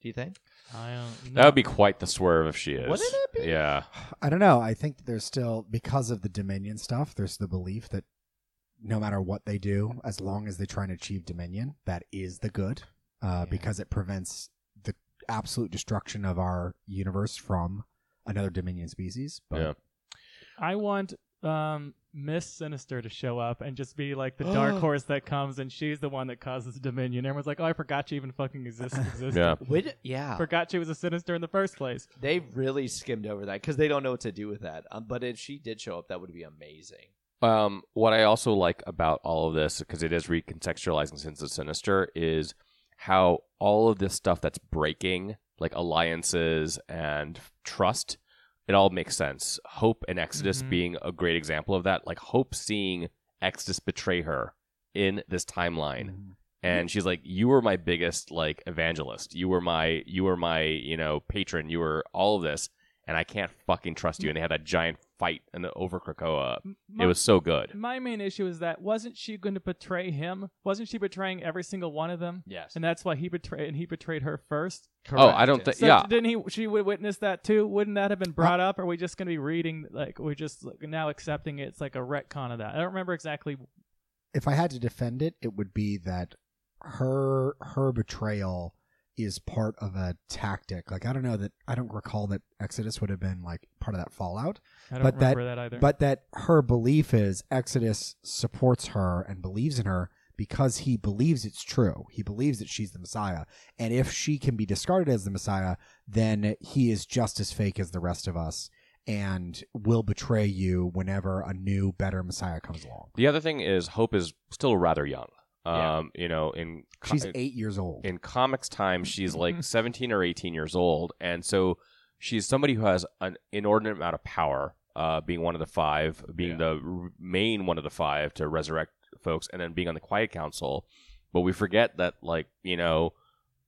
Do you think?
I don't
That would be quite the swerve if she is.
Wouldn't it be?
Yeah.
I don't know. I think there's still because of the Dominion stuff. There's the belief that no matter what they do, as long as they try and achieve Dominion, that is the good, uh,
Yeah.
because it prevents the absolute destruction of our universe from another Dominion species. But
Yeah.
I want um, Miss Sinister to show up and just be like the dark horse that comes, and she's the one that causes Dominion. Everyone's like, "Oh, I forgot she even fucking exist- existed.
Yeah.
Would yeah.
Forgot she was a Sinister in the first place."
They really skimmed over that because they don't know what to do with that. Um, but if she did show up, that would be amazing.
Um, what I also like about all of this, because it is recontextualizing Sins of Sinister, is how all of this stuff that's breaking, like alliances and trust, it all makes sense. Hope and Exodus
Mhm.
being a great example of that. Like Hope seeing Exodus betray her in this timeline.
Mm-hmm.
And she's like, You were my biggest like evangelist. You were my you were my, you know, patron, you were all of this, and I can't fucking trust you. And they had that giant fight and the over Krakoa.
My,
It was so good.
my main issue is that wasn't she going to betray him? Wasn't she betraying every single one of them?
Yes.
And that's why he betrayed and he betrayed her first.
Oh, I don't think.
So
yeah,
didn't he? She would witness that too. Wouldn't that have been brought up? Or are we just going to be reading like we're just like, now accepting it? It's like a retcon of that. I don't remember exactly.
if I had to defend it, it would be that her her betrayal is part of a tactic. Like I don't know that I don't recall that Exodus would have been like part of that fallout,
I don't
But that-
remember that, either.
but that her belief is Exodus supports her and believes in her because he believes it's true. He believes that she's the Messiah, and if she can be discarded as the Messiah, then he is just as fake as the rest of us and will betray you whenever a new better Messiah comes along.
the other thing is Hope is still rather young.
Yeah.
Um, you know, in co-
She's 8 years old.
in comics time, she's like 17 or 18 years old, and so she's somebody who has an inordinate amount of power. Uh, being one of the five, being
Yeah.
the r- main one of the five to resurrect folks, and then being on the Quiet Council. But we forget that, like you know,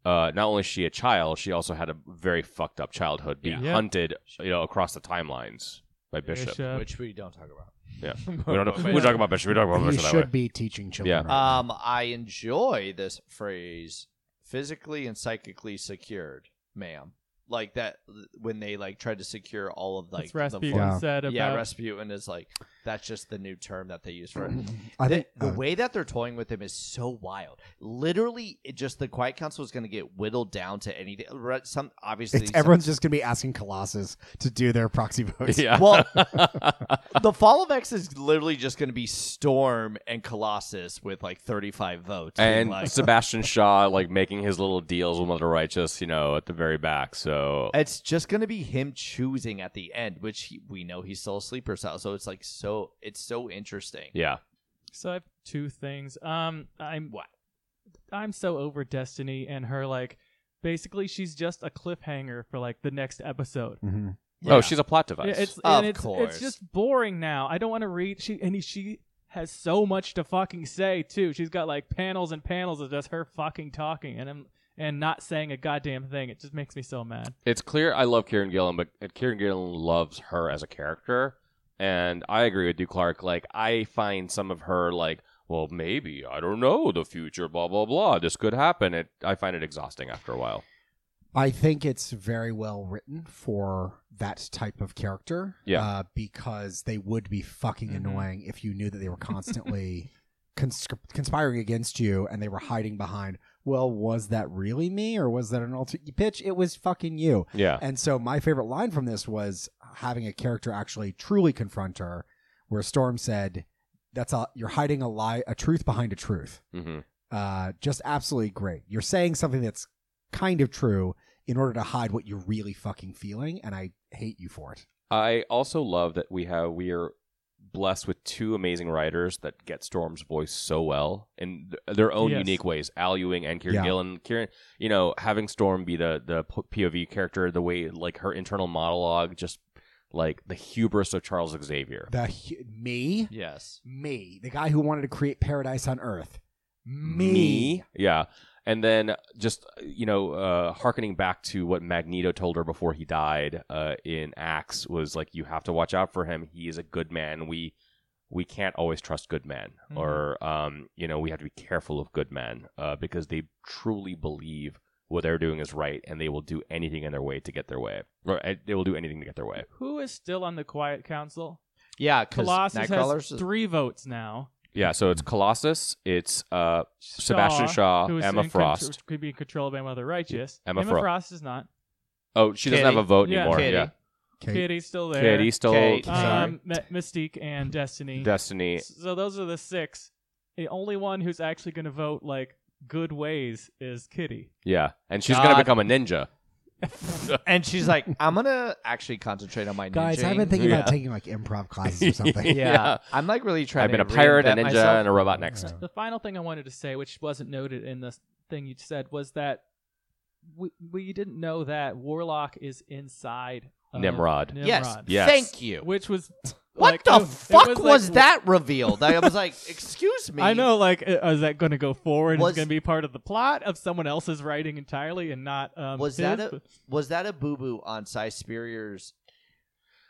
uh, not only is she a child, she also had a very fucked up childhood, being
Yeah. Yeah.
hunted, you know, across the timelines by Bishop.
Bishop.
Which we don't talk about.
Yeah. We don't know.
But-
We're talking about Bishop. We're talking about
you
Bishop that way.
should be teaching children.
Yeah.
right
Um, I enjoy this phrase, physically and psychically secured, ma'am. Like that when they like tried to secure all of like
That's Rasputin
Yeah.
said
the
about.
yeah, Rasputin is like that's just the new term that they use for it.
now. I
the,
think
the
uh,
way that they're toying with him is so wild. Literally, it just the Quiet Council is going to get whittled down to anything. Re- Some obviously,
it's,
some-
everyone's just going to be asking Colossus to do their proxy votes.
Yeah.
Well, the fall of X is literally just going to be Storm and Colossus with like thirty-five votes. being
and
like,
Sebastian Shaw like making his little deals with Mother Righteous, you know, at the very back. So
it's just going to be him choosing at the end, which he, we know he's still a sleeper cell. So it's like so, it's so interesting.
yeah,
So I have two things. Um, I'm
What?
I'm so over Destiny and her like. Basically, she's just a cliffhanger for like the next episode.
Mm-hmm.
Mhm.
oh, she's a plot device.
Yeah, it's
Of
and it's,
course.
it's just boring now. I don't want to read. She and she has so much to fucking say too. She's got like panels and panels of just her fucking talking and I'm and not saying a goddamn thing. It just makes me so mad.
It's clear I love Kieran Gillen, but uh, Kieran Gillen loves her as a character, and I agree with you, Clark. Like I find some of her like, well, maybe I don't know the future, blah blah blah. This could happen. It I find it exhausting after a while.
I think it's very well written for that type of character.
Yeah.
Uh, because they would be fucking
Mm-hmm.
Mhm.
annoying if you knew that they were constantly conscri- conspiring against you and they were hiding behind, well, was that really me or was that an alter? Bitch, it was fucking you.
Yeah,
And so my favorite line from this was having a character actually truly confront her, where Storm said, "That's a you're hiding a lie, a truth behind a truth."
mm-hmm.
Uh, just absolutely great. You're saying something that's kind of true in order to hide what you're really fucking feeling, and I hate you for it.
I also love that we have we are blessed with two amazing writers that get Storm's voice so well in th- their own
Yes.
unique ways. Al Ewing and Kieran
Yeah.
Gillen. Kieran, you know, having Storm be the the p- POV character, the way like her internal monologue, just like the hubris of Charles Xavier.
The hu- me,
Yes.
me, the guy who wanted to create paradise on Earth, me.
Yeah. And then just, you know, uh, hearkening back to what Magneto told her before he died uh, in Acts was like, you have to watch out for him. He is a good man. We we can't always trust good men.
Mhm.
Or, um, you know, we have to be careful of good men uh, because they truly believe what they're doing is right, and they will do anything in their way to get their way. Or uh, they will do anything to get their way.
Who is still on the Quiet Council?
Yeah, because
Colossus
Nightcrawler's
has three votes now.
Yeah. So it's Colossus. It's uh, Sebastian Shaw,
who's
Emma
in
Frost.
contr- could be in control of Emma the Righteous.
Emma
Emma
Fro-
Frost is not.
oh, she doesn't
Kitty.
have a vote
Yeah.
anymore.
Kitty.
Yeah.
Kate,
Kitty's still there.
Kitty still
Kate.
Sorry.
um, M- Mystique and Destiny.
Destiny.
So those are the six. The only one who's actually going to vote like good ways is Kitty.
Yeah, and she's
God.
gonna become a ninja.
and she's like, "I'm gonna actually concentrate on my
guys, I've
ninjing."
been thinking about
Yeah.
taking like improv classes or something.
Yeah.
Yeah.
I'm like really trying.
I've been
to
a pirate, a
reinvent
ninja,
myself.
and a robot next.
The final thing I wanted to say, which wasn't noted in the thing you said, was that we, we didn't know that Warlock is inside of
Nimrod.
Yes.
Nimrod.
Yes.
Thank you.
Which was
What
like,
the
it- it
fuck was,
was, like,
that revealed? I was like, "Excuse me."
I know, like, uh, is that going to go forward?
Was-
is going to be part of the plot of someone else's writing entirely and not um,
Was
his?
that a was that a boo boo on Cy Spurrier's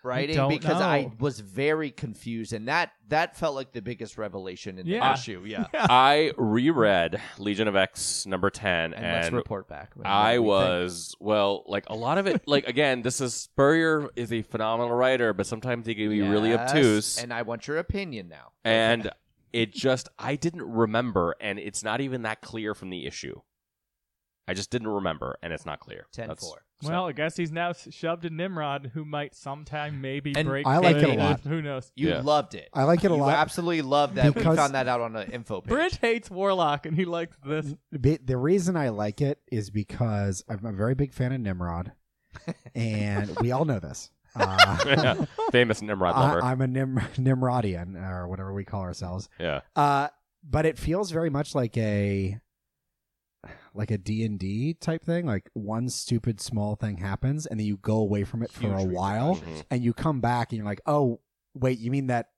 writing?
don't
because I
know.
was very confused, and that that felt like the biggest revelation in
Yeah.
the issue. Yeah.
I reread Legion of X number ten,
And, let's
and
report back. what we
I
think.
was well, like a lot of it. Like again, this is Spurrier is a phenomenal writer, but sometimes he can be really
Yes,
obtuse.
and I want your opinion now.
and it just I didn't remember, and it's not even that clear from the issue. I just didn't remember, and it's not clear.
10
That's-
4.
so-
Well, I guess he's now s- shoved in Nimrod, who might sometime maybe
And
break.
I like
the-
it a lot.
Who knows?
You
Yeah.
loved it.
I like it a
you
lot.
absolutely loved that.
because-
we found that out on the info page.
Bridge hates Warlock, and he likes
Mm.
this.
Be- the reason I like it is because I'm a very big fan of Nimrod, and we all know this. Uh,
Famous Nimrod lover.
I, am a Nim- Nimrodian, or whatever we call ourselves.
yeah.
Uh, but it feels very much like a like a D&D type thing like one stupid small thing happens and then you go away from it for a
Huge
while
repercussions.
and you come back and you're like oh wait you mean that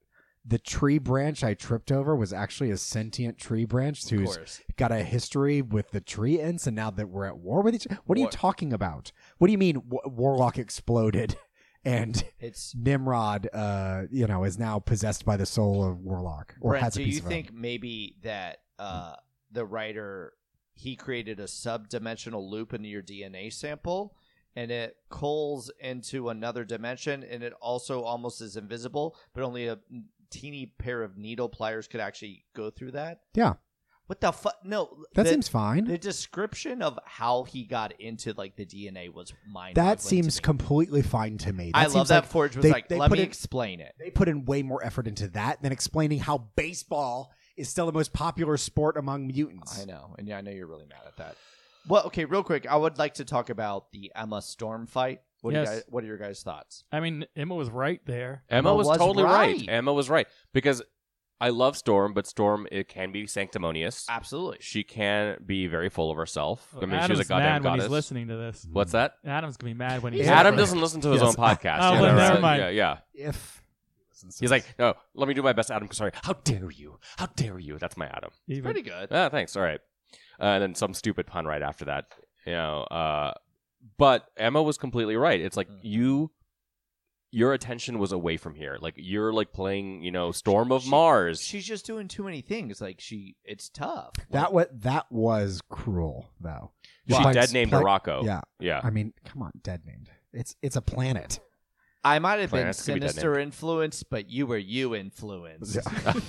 the tree branch I tripped over was actually a sentient tree branch
Of
who's
course.
got a history with the tree ants and now that we're at war with each other what are you
War-
talking about what do you mean w- warlock exploded and
It's
nimrod uh you know is now possessed by the soul of warlock or
Brent,
has a
do
piece
you
of it.
think maybe that uh, the writer he created a subdimensional loop into your DNA sample and it culls into another dimension and it also almost is invisible, but only a teeny pair of needle pliers could actually go through that?
Yeah.
What the fuck? No,
that
the-
seems fine
The description of how he got into like the DNA was mind.
that seems completely fine to me
I
seems
love that
like
Forge was
they-
like,
they
let
put
me
it-
explain it.
they put in way more effort into that than explaining how baseball is still the most popular sport among mutants
I know, and yeah, I know you're really mad at that. Well, okay, real quick, I would like to talk about the Emma Storm fight. What,
Yes.
are, you guys, what are your guys' thoughts?
I mean, Emma was right there.
Emma,
Emma
was,
was
totally right.
right.
Emma was right because I love Storm, but Storm it can be sanctimonious.
Absolutely.
She can be very full of herself. I mean,
Adam's
she's a goddamn
mad when
goddess.
he's listening to this.
Hmm. What's that?
Adam's gonna be mad when he's
Is Yeah.
Adam
that-
doesn't listen to his
Yes.
own podcast.
Oh,
Yeah,
well,
right.
never
mind.
Yeah, yeah.
if
He's like, no, let me do my best, Adam. Sorry. How dare you? How dare you? That's my Adam.
Even-
Pretty good.
Ah, thanks. All right. Uh, and then some stupid pun right after that. You know, uh, but Emma was completely right. It's like
Mm.
you, your attention was away from here. Like you're like playing, you know, Storm of
She-
Mars.
She's just doing too many things. Like she, it's tough.
that
Like,
was that was cruel though
She
Like,
dead named
like-
Morocco.
yeah
Yeah.
I mean, come on, dead named. It's it's a planet.
I might have been
Clarence could be dead
sinister influenced, but you were you influenced.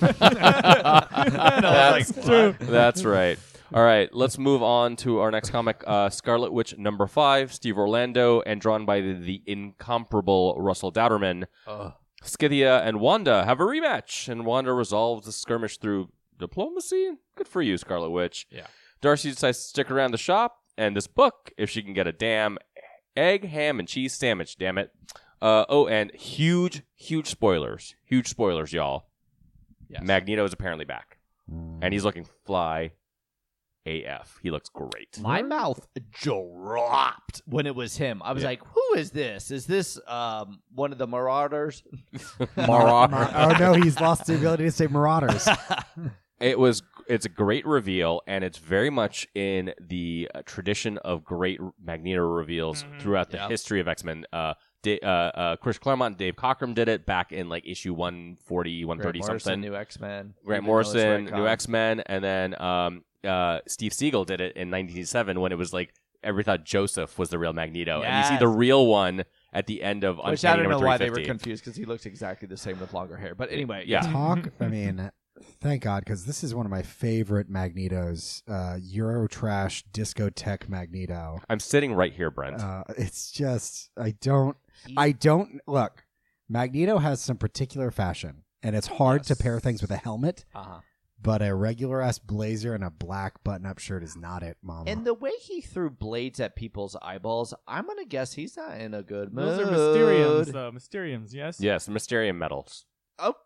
that's,
That's true.
that's right. All right, let's move on to our next comic, uh, Scarlet Witch number five, Steve Orlando, and drawn by the, the incomparable Russell Dowderman.
Ugh.
Scythia and Wanda have a rematch, and Wanda resolves the skirmish through diplomacy. Good for you, Scarlet Witch.
Yeah.
Darcy decides to stick around the shop and this book if she can get a damn egg, ham, and cheese sandwich. Damn it. Uh, oh, and huge, huge spoilers. Huge spoilers, y'all.
Yes.
Magneto is apparently back, and he's looking fly AF. He looks great.
My mouth dropped when it was him. I was
Yeah.
like, "Who is this? Is this um one of the Marauders?"
Mara-
oh no, he's lost the ability to say marauders.
It was. It's a great reveal, and it's very much in the uh, tradition of great Magneto reveals
Mhm.
throughout the
Mm-hmm. Yeah.
history of X Men. Uh, Da- uh, uh, Chris Claremont, and Dave Cockrum did it back in like issue 140, 130
Grant Morrison,
something.
New X Men.
Grant Morrison, New X Men, and then um, uh, Steve Siegel did it in 1987 when it was like everybody thought Joseph was the real Magneto, and you see
Yes.
the real one at the end of
Which I
Uncanny
don't know
Number
why they were
350.
confused because he looks exactly the same with longer hair. But anyway,
Yeah.
Talk. I mean, thank God because this is one of my favorite Magneto's uh, Eurotrash discotheque Magneto.
I'm sitting right here, Brent.
Uh, it's just I don't I don't look. Magneto has some particular fashion, and it's hard to
Yes.
pair things with a helmet.
Uh-huh.
But a regular ass blazer and a black button up shirt is not it, Mama.
And the way he threw blades at people's eyeballs, I'm gonna guess he's not in a good mood.
Those are Mysteriums, though. Mysteriums, yes?
yes, Mysterium medals.
Okay,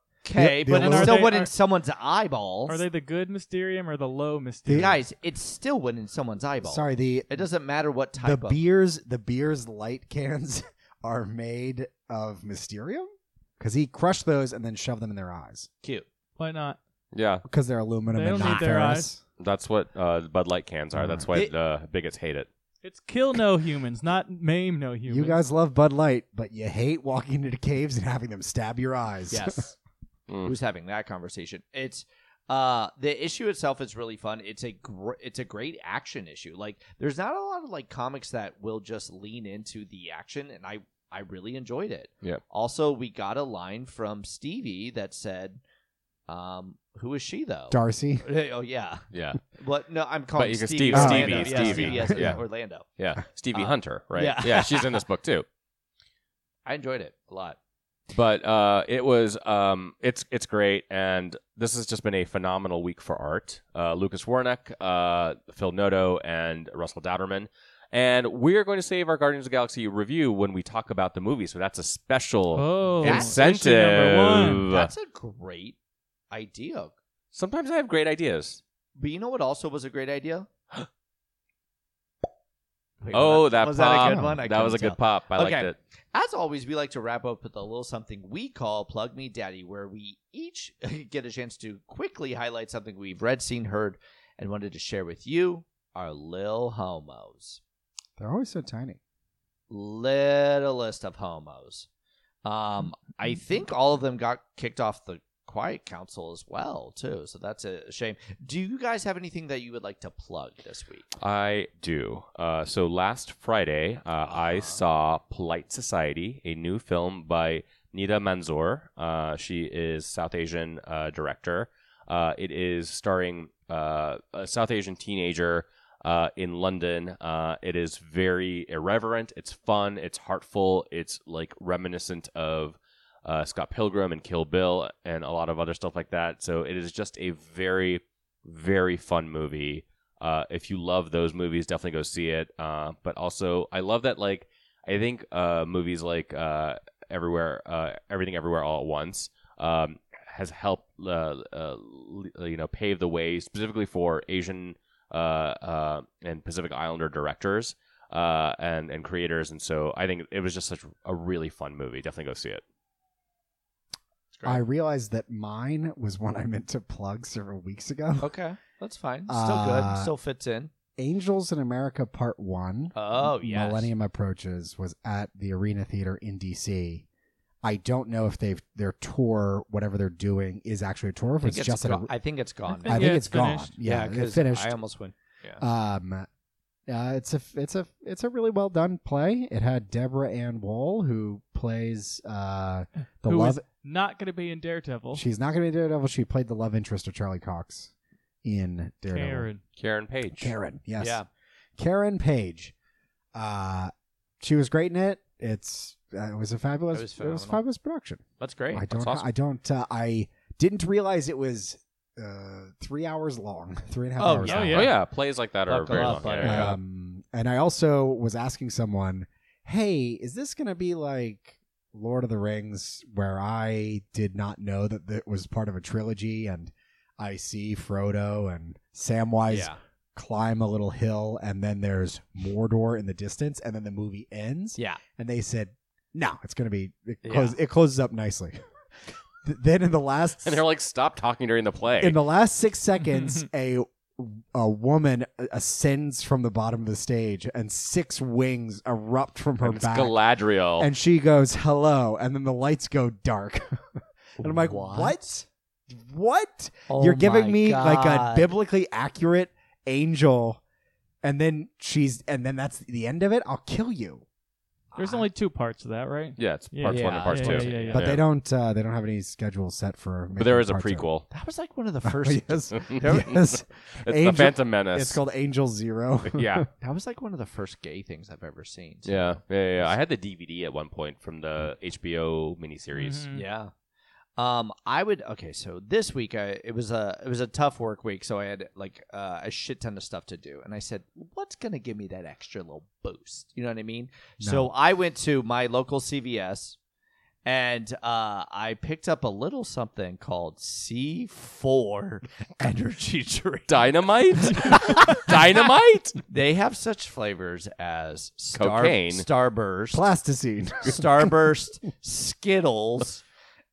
Yeah, the
but it
aluminum-
still
Are they-
went in
are-
someone's eyeballs.
Are they the good Mysterium or the low Mysterium?
Guys, it still went in someone's eyeball.
Sorry, the
it doesn't matter what
the
type of.
beers the beers light cans are made of Mysterium because he crushed those and then shoved them in their eyes
Cute.
Why not?
Yeah,
because they're aluminum
They
and
don't
not
need their
ferrous.
that's what uh, Bud Light cans are. That's why
It-
the bigots hate it.
It's kill no humans, not maim no humans.
You guys love Bud Light, but you hate walking into caves and having them stab your eyes.
Yes.
Mm.
Who's having that conversation? It's uh the issue itself is really fun. It's a gr- it's a great action issue. Like there's not a lot of like comics that will just lean into the action and I I really enjoyed it.
Yeah.
Also, we got a line from Stevie that said um who is she though?
Darcy.
oh yeah.
Yeah,
What no, I'm calling
you can-
Stevie.
Steve-
Orlando.
Stevie,
yeah,
Stevie.
yes,
Yeah.
Orlando.
yeah. Stevie
Uh,
Hunter, right?
yeah.
yeah, she's in this book too.
I enjoyed it a lot.
but uh, it was um, it's it's great, and this has just been a phenomenal week for art. Uh, Lucas Warnock, uh, Phil Noto, and Russell Dowderman, and we're going to save our Guardians of the Galaxy review when we talk about the movie. So that's a special
Oh,
That's
issue number one.
incentive.
That's a great idea.
Sometimes I have great ideas.
But you know what also was a great idea? Wait,
oh,
was
that
was
pop!
that a good one? I
that was a
couldn't
good pop. I
Okay.
liked it.
tell. As always, we like to wrap up with a little something we call "Plug Me, Daddy," where we each get a chance to quickly highlight something we've read, seen, heard, and wanted to share with you, our lil homos,
They're always so tiny.
littlest of homos. Um, I
Mm-hmm.
think all of them got kicked off the Quiet Council as well, too. So that's a shame. Do you guys have anything that you would like to plug this week?
I do. Uh, so last Friday, uh, I
Uh-huh.
saw Polite Society, a new film by Nida Manzoor. Uh, she is South Asian uh, director. Uh, it is starring uh, a South Asian teenager uh, in London. Uh, it is very irreverent. It's fun. It's heartful. It's like reminiscent of uh, Scott Pilgrim and Kill Bill and a lot of other stuff like that. So it is just a very, very fun movie. Uh, if you love those movies, definitely go see it. Uh, but also, I love that like I think uh, movies like uh, Everywhere, uh, Everything, Everywhere, All at Once um, has helped uh, uh, l- you know pave the way specifically for Asian uh, uh, and Pacific Islander directors uh, and and creators. And so I think it was just such a really fun movie. Definitely go see it.
I realized that mine was one I meant to plug several weeks ago.
Okay, that's fine. Still
Uh,
good. Still fits in.
Angels in America Part One.
Oh yes.
Millennium Approaches was at the Arena Theater in DC. I don't know if they've their tour, whatever they're doing, is actually a tour.
I
If
think
it's,
it's,
just at
go-
a,
I think it's gone.
I
I
man.
think
Yeah,
it's
it's
gone.
finished.
Yeah, it's
'cause
finished.
I almost win.
Um, uh, it's a it's a it's a really well done play. It had Deborah Ann Wall who plays uh, the
Who
love.
is not going to be in Daredevil.
She's not going to be Daredevil. She played the love interest of Charlie Cox in Daredevil.
Karen.
Karen Page.
Karen, yes.
Yeah.
Karen Page. Uh, she was great in it. It's uh, it was a fabulous
It was
it was a
phenomenal.
fabulous production.
That's great.
I don't
that's awesome.
I don't uh, I didn't realize it was uh, three hours long, three and a half
Oh,
hours.
yeah.
long.
Oh yeah, plays like that are
Buckle
very
up,
long. Yeah,
buddy.
yeah, yeah.
Um, and I also was asking someone, "Hey, is this going to be like Lord of the Rings, where I did not know that that was part of a trilogy, and I see Frodo and Samwise
Yeah.
climb a little hill, and then there's Mordor in the distance, and then the movie ends?"
Yeah.
And they said, "No, it's going to be it,
Yeah.
close, it closes up nicely." Th- then in the last
And they're like, stop talking during the play.
in the last six seconds, a a woman ascends from the bottom of the stage, and six wings erupt from her
And it's
back,
Galadriel.
and she goes "Hello," and then the lights go dark, and I'm like, "What? Oh What?
Oh
You're giving me like a biblically accurate angel and then she's and then that's the end of it. I'll kill you.
There's only two parts of that, right?
Yeah, it's
Yeah,
parts one
yeah,
and parts
yeah,
two.
yeah, yeah,
But they don't. Uh, they don't have any schedule set for.
But
making
there is a
part two.
prequel.
That was like one of the
Oh,
first.
yes.
it's
yes.
the
Angel-
Phantom Menace.
It's called Angel Zero.
yeah.
That was like one of the first gay things I've ever seen. so-
yeah, yeah, yeah, yeah. I had the DVD at one point from the HBO miniseries.
Mhm.
Yeah. Um, I would okay. So this week, I it was a it was a tough work week, so I had like uh, a shit ton of stuff to do, and I said, "What's gonna give me that extra little boost?" You know what I mean? So
No.
I went to my local CVS, and uh, I picked up a little something called C four energy drink.
Dynamite, dynamite.
They have such flavors as Star-
Cocaine.
Starburst,
Plasticine.
Starburst, Skittles,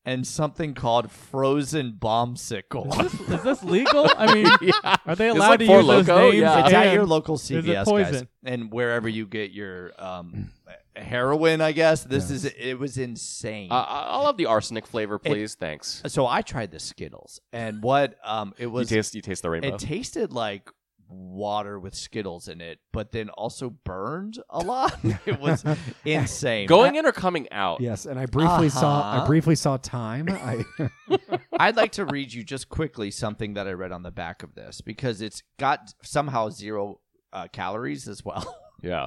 and something called Frozen Bombsicle.
Is this, is this legal? I mean,
yeah.
are they
It's
allowed
like
to
Four
use those
Loko,
names?
yeah.
It's at
And-
your local
it
CVS, guys,
poison?
and wherever you get your um, heroin. I guess this is it was insane.
Uh, I- I'll have the arsenic flavor, please. Thanks.
so I tried the Skittles, and what um, it
You
was,
taste, you taste the rainbow.
it tasted like water with Skittles in it, but then also burned a lot. it was insane.
Going in or coming out?
yes, and I briefly saw.
Uh-huh.
I briefly saw time. I,
I'd like to read you just quickly something that I read on the back of this because it's got somehow zero uh, calories as well.
Yeah.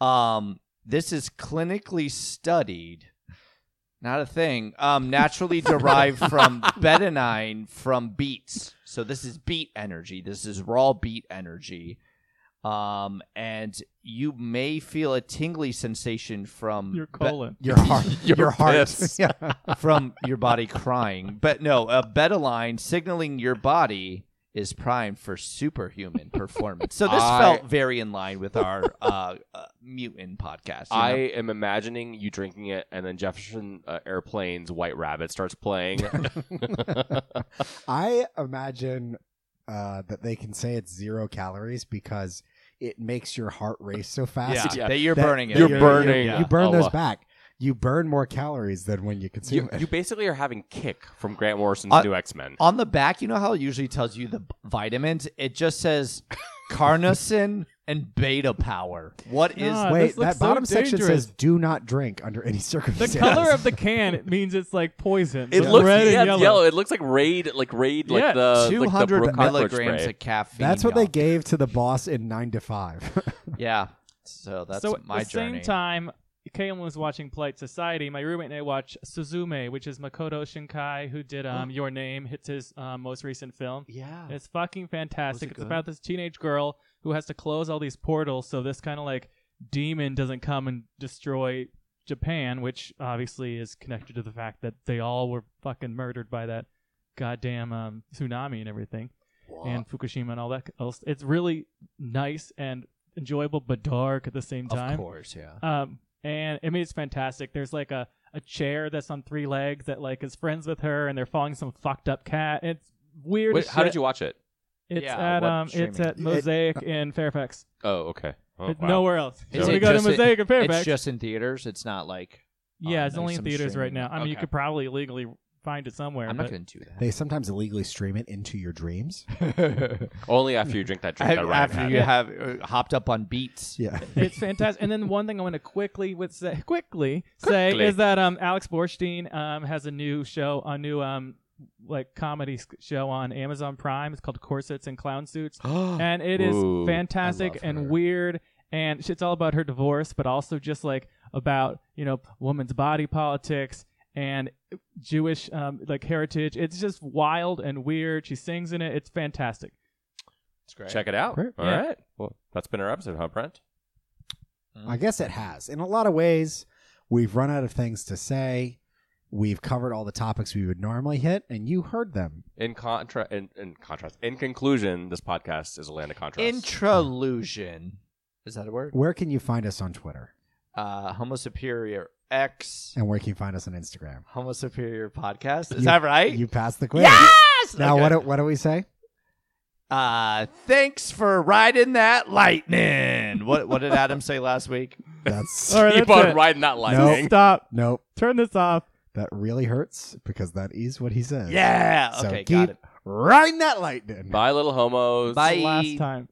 Um, this is clinically studied, not a thing. Um, naturally derived from betanine from beets. So this is beet energy. This is raw beet energy. Um, and you may feel a tingly sensation from
Your
be-
colon.
your heart.
Your
your, heart.
piss.
Yeah.
from your body crying. But no, a betaline signaling your body is primed for superhuman performance. So this
I-
felt very in line with our uh, uh, mutant podcast. you know?
I am imagining you drinking it, and then Jefferson uh, Airplane's White Rabbit starts playing.
I imagine uh, that they can say it's zero calories because it makes your heart race so
yeah,
fast.
Yeah.
that you're
that
burning it.
You're
you-
burning.
You,
Yeah.
you burn
Oh,
a
those
lot.
back. You burn more calories than when you consume
you,
it.
you basically are having kick from Grant Morrison's
Uh,
new X Men.
On the back, you know how it usually tells you the b- vitamins? It just says carnosine and beta power. What is
God,
Wait,
this looks
that
so
bottom section
dangerous.
says "do not drink under any
The
circumstances."
color of the can it means it's like poison.
It
It's
looks
red
yeah,
and
it's
yellow.
yellow. It looks like raid, like raid,
Yeah,
like the
two
like the
hundred
bro- cockroach
milligrams
spray.
of caffeine?
That's what they
y'all.
gave to the boss in Nine to Five.
Yeah. So that's
so at
my
the
journey.
same time, Kaylin was watching Polite Society. My roommate and I watched Suzume, which is Makoto Shinkai, who did um, Your Name. It's his um, most recent film.
Oh. yeah.
It's fucking
Was
fantastic.
it
it's
good?
about this teenage girl who has to close all these portals so this kind of like demon doesn't come and destroy Japan, which obviously is connected to the fact that they all were fucking murdered by that goddamn um, tsunami and everything, and Fukushima and all that. Else. It's really nice and enjoyable, but dark at the same
of
time.
course, yeah.
Um, and I mean, it's fantastic. There's like a, a chair that's on three legs that like is friends with her, and they're following some fucked up cat. It's weird.
Wait,
as
how
shit.
did you watch it?
It's
Yeah,
at
what
um, it's
streaming?
at Mosaic in Fairfax.
Oh, okay. Oh,
it's
wow.
nowhere else.
Is
So we
it
go to
just-
Mosaic in Fairfax.
It's just in theaters. It's not like
yeah,
on,
it's
like,
only in
Um, some
theaters right
streaming.
now. I mean, you
Okay.
could probably legally find it somewhere.
I'm not
but-
going to do that.
they sometimes illegally stream it into your dreams.
Only after you drink that drink that Ryan
After
had.
you have uh, hopped up on beats,
Yeah.
it's fantastic. And then one thing I want to quickly with say, quickly,
Quickly.
say is that um, Alex Borstein um, has a new show, a new um, like comedy s- show on Amazon Prime. It's called Corsets and Clown Suits, and it is
Ooh,
fantastic
I love
and
her.
weird. And it's all about her divorce, but also just like about you know woman's body politics and Jewish um, like heritage. It's just wild and weird. She sings in it. It's fantastic.
it's great.
Check it out. All
Great.
right.
Yeah.
Well, that's been our episode, huh, Brent?
I guess it has. In a lot of ways, we've run out of things to say. We've covered all the topics we would normally hit, and you heard them.
In contra, in, in contrast, in conclusion, this podcast is a land of contrast.
Introlusion. Is that a word?
Where can you find us on Twitter?
Uh, Homo Superior X.
And where can you find us on Instagram?
Homo Superior Podcast. Is
You-
that right?
You passed the quiz.
yes.
Now,
Okay.
what, do, what do we say?
Uh, thanks for riding that lightning. What What did Adam say last week?
That's
All right,
Keep
that's
on
it.
riding that
Nope.
lightning.
Stop.
nope.
Turn this off.
That really hurts because that is what he says.
Yeah.
So
okay.
keep
got it.
riding that lightning.
Bye, little homos.
Bye.
Last time.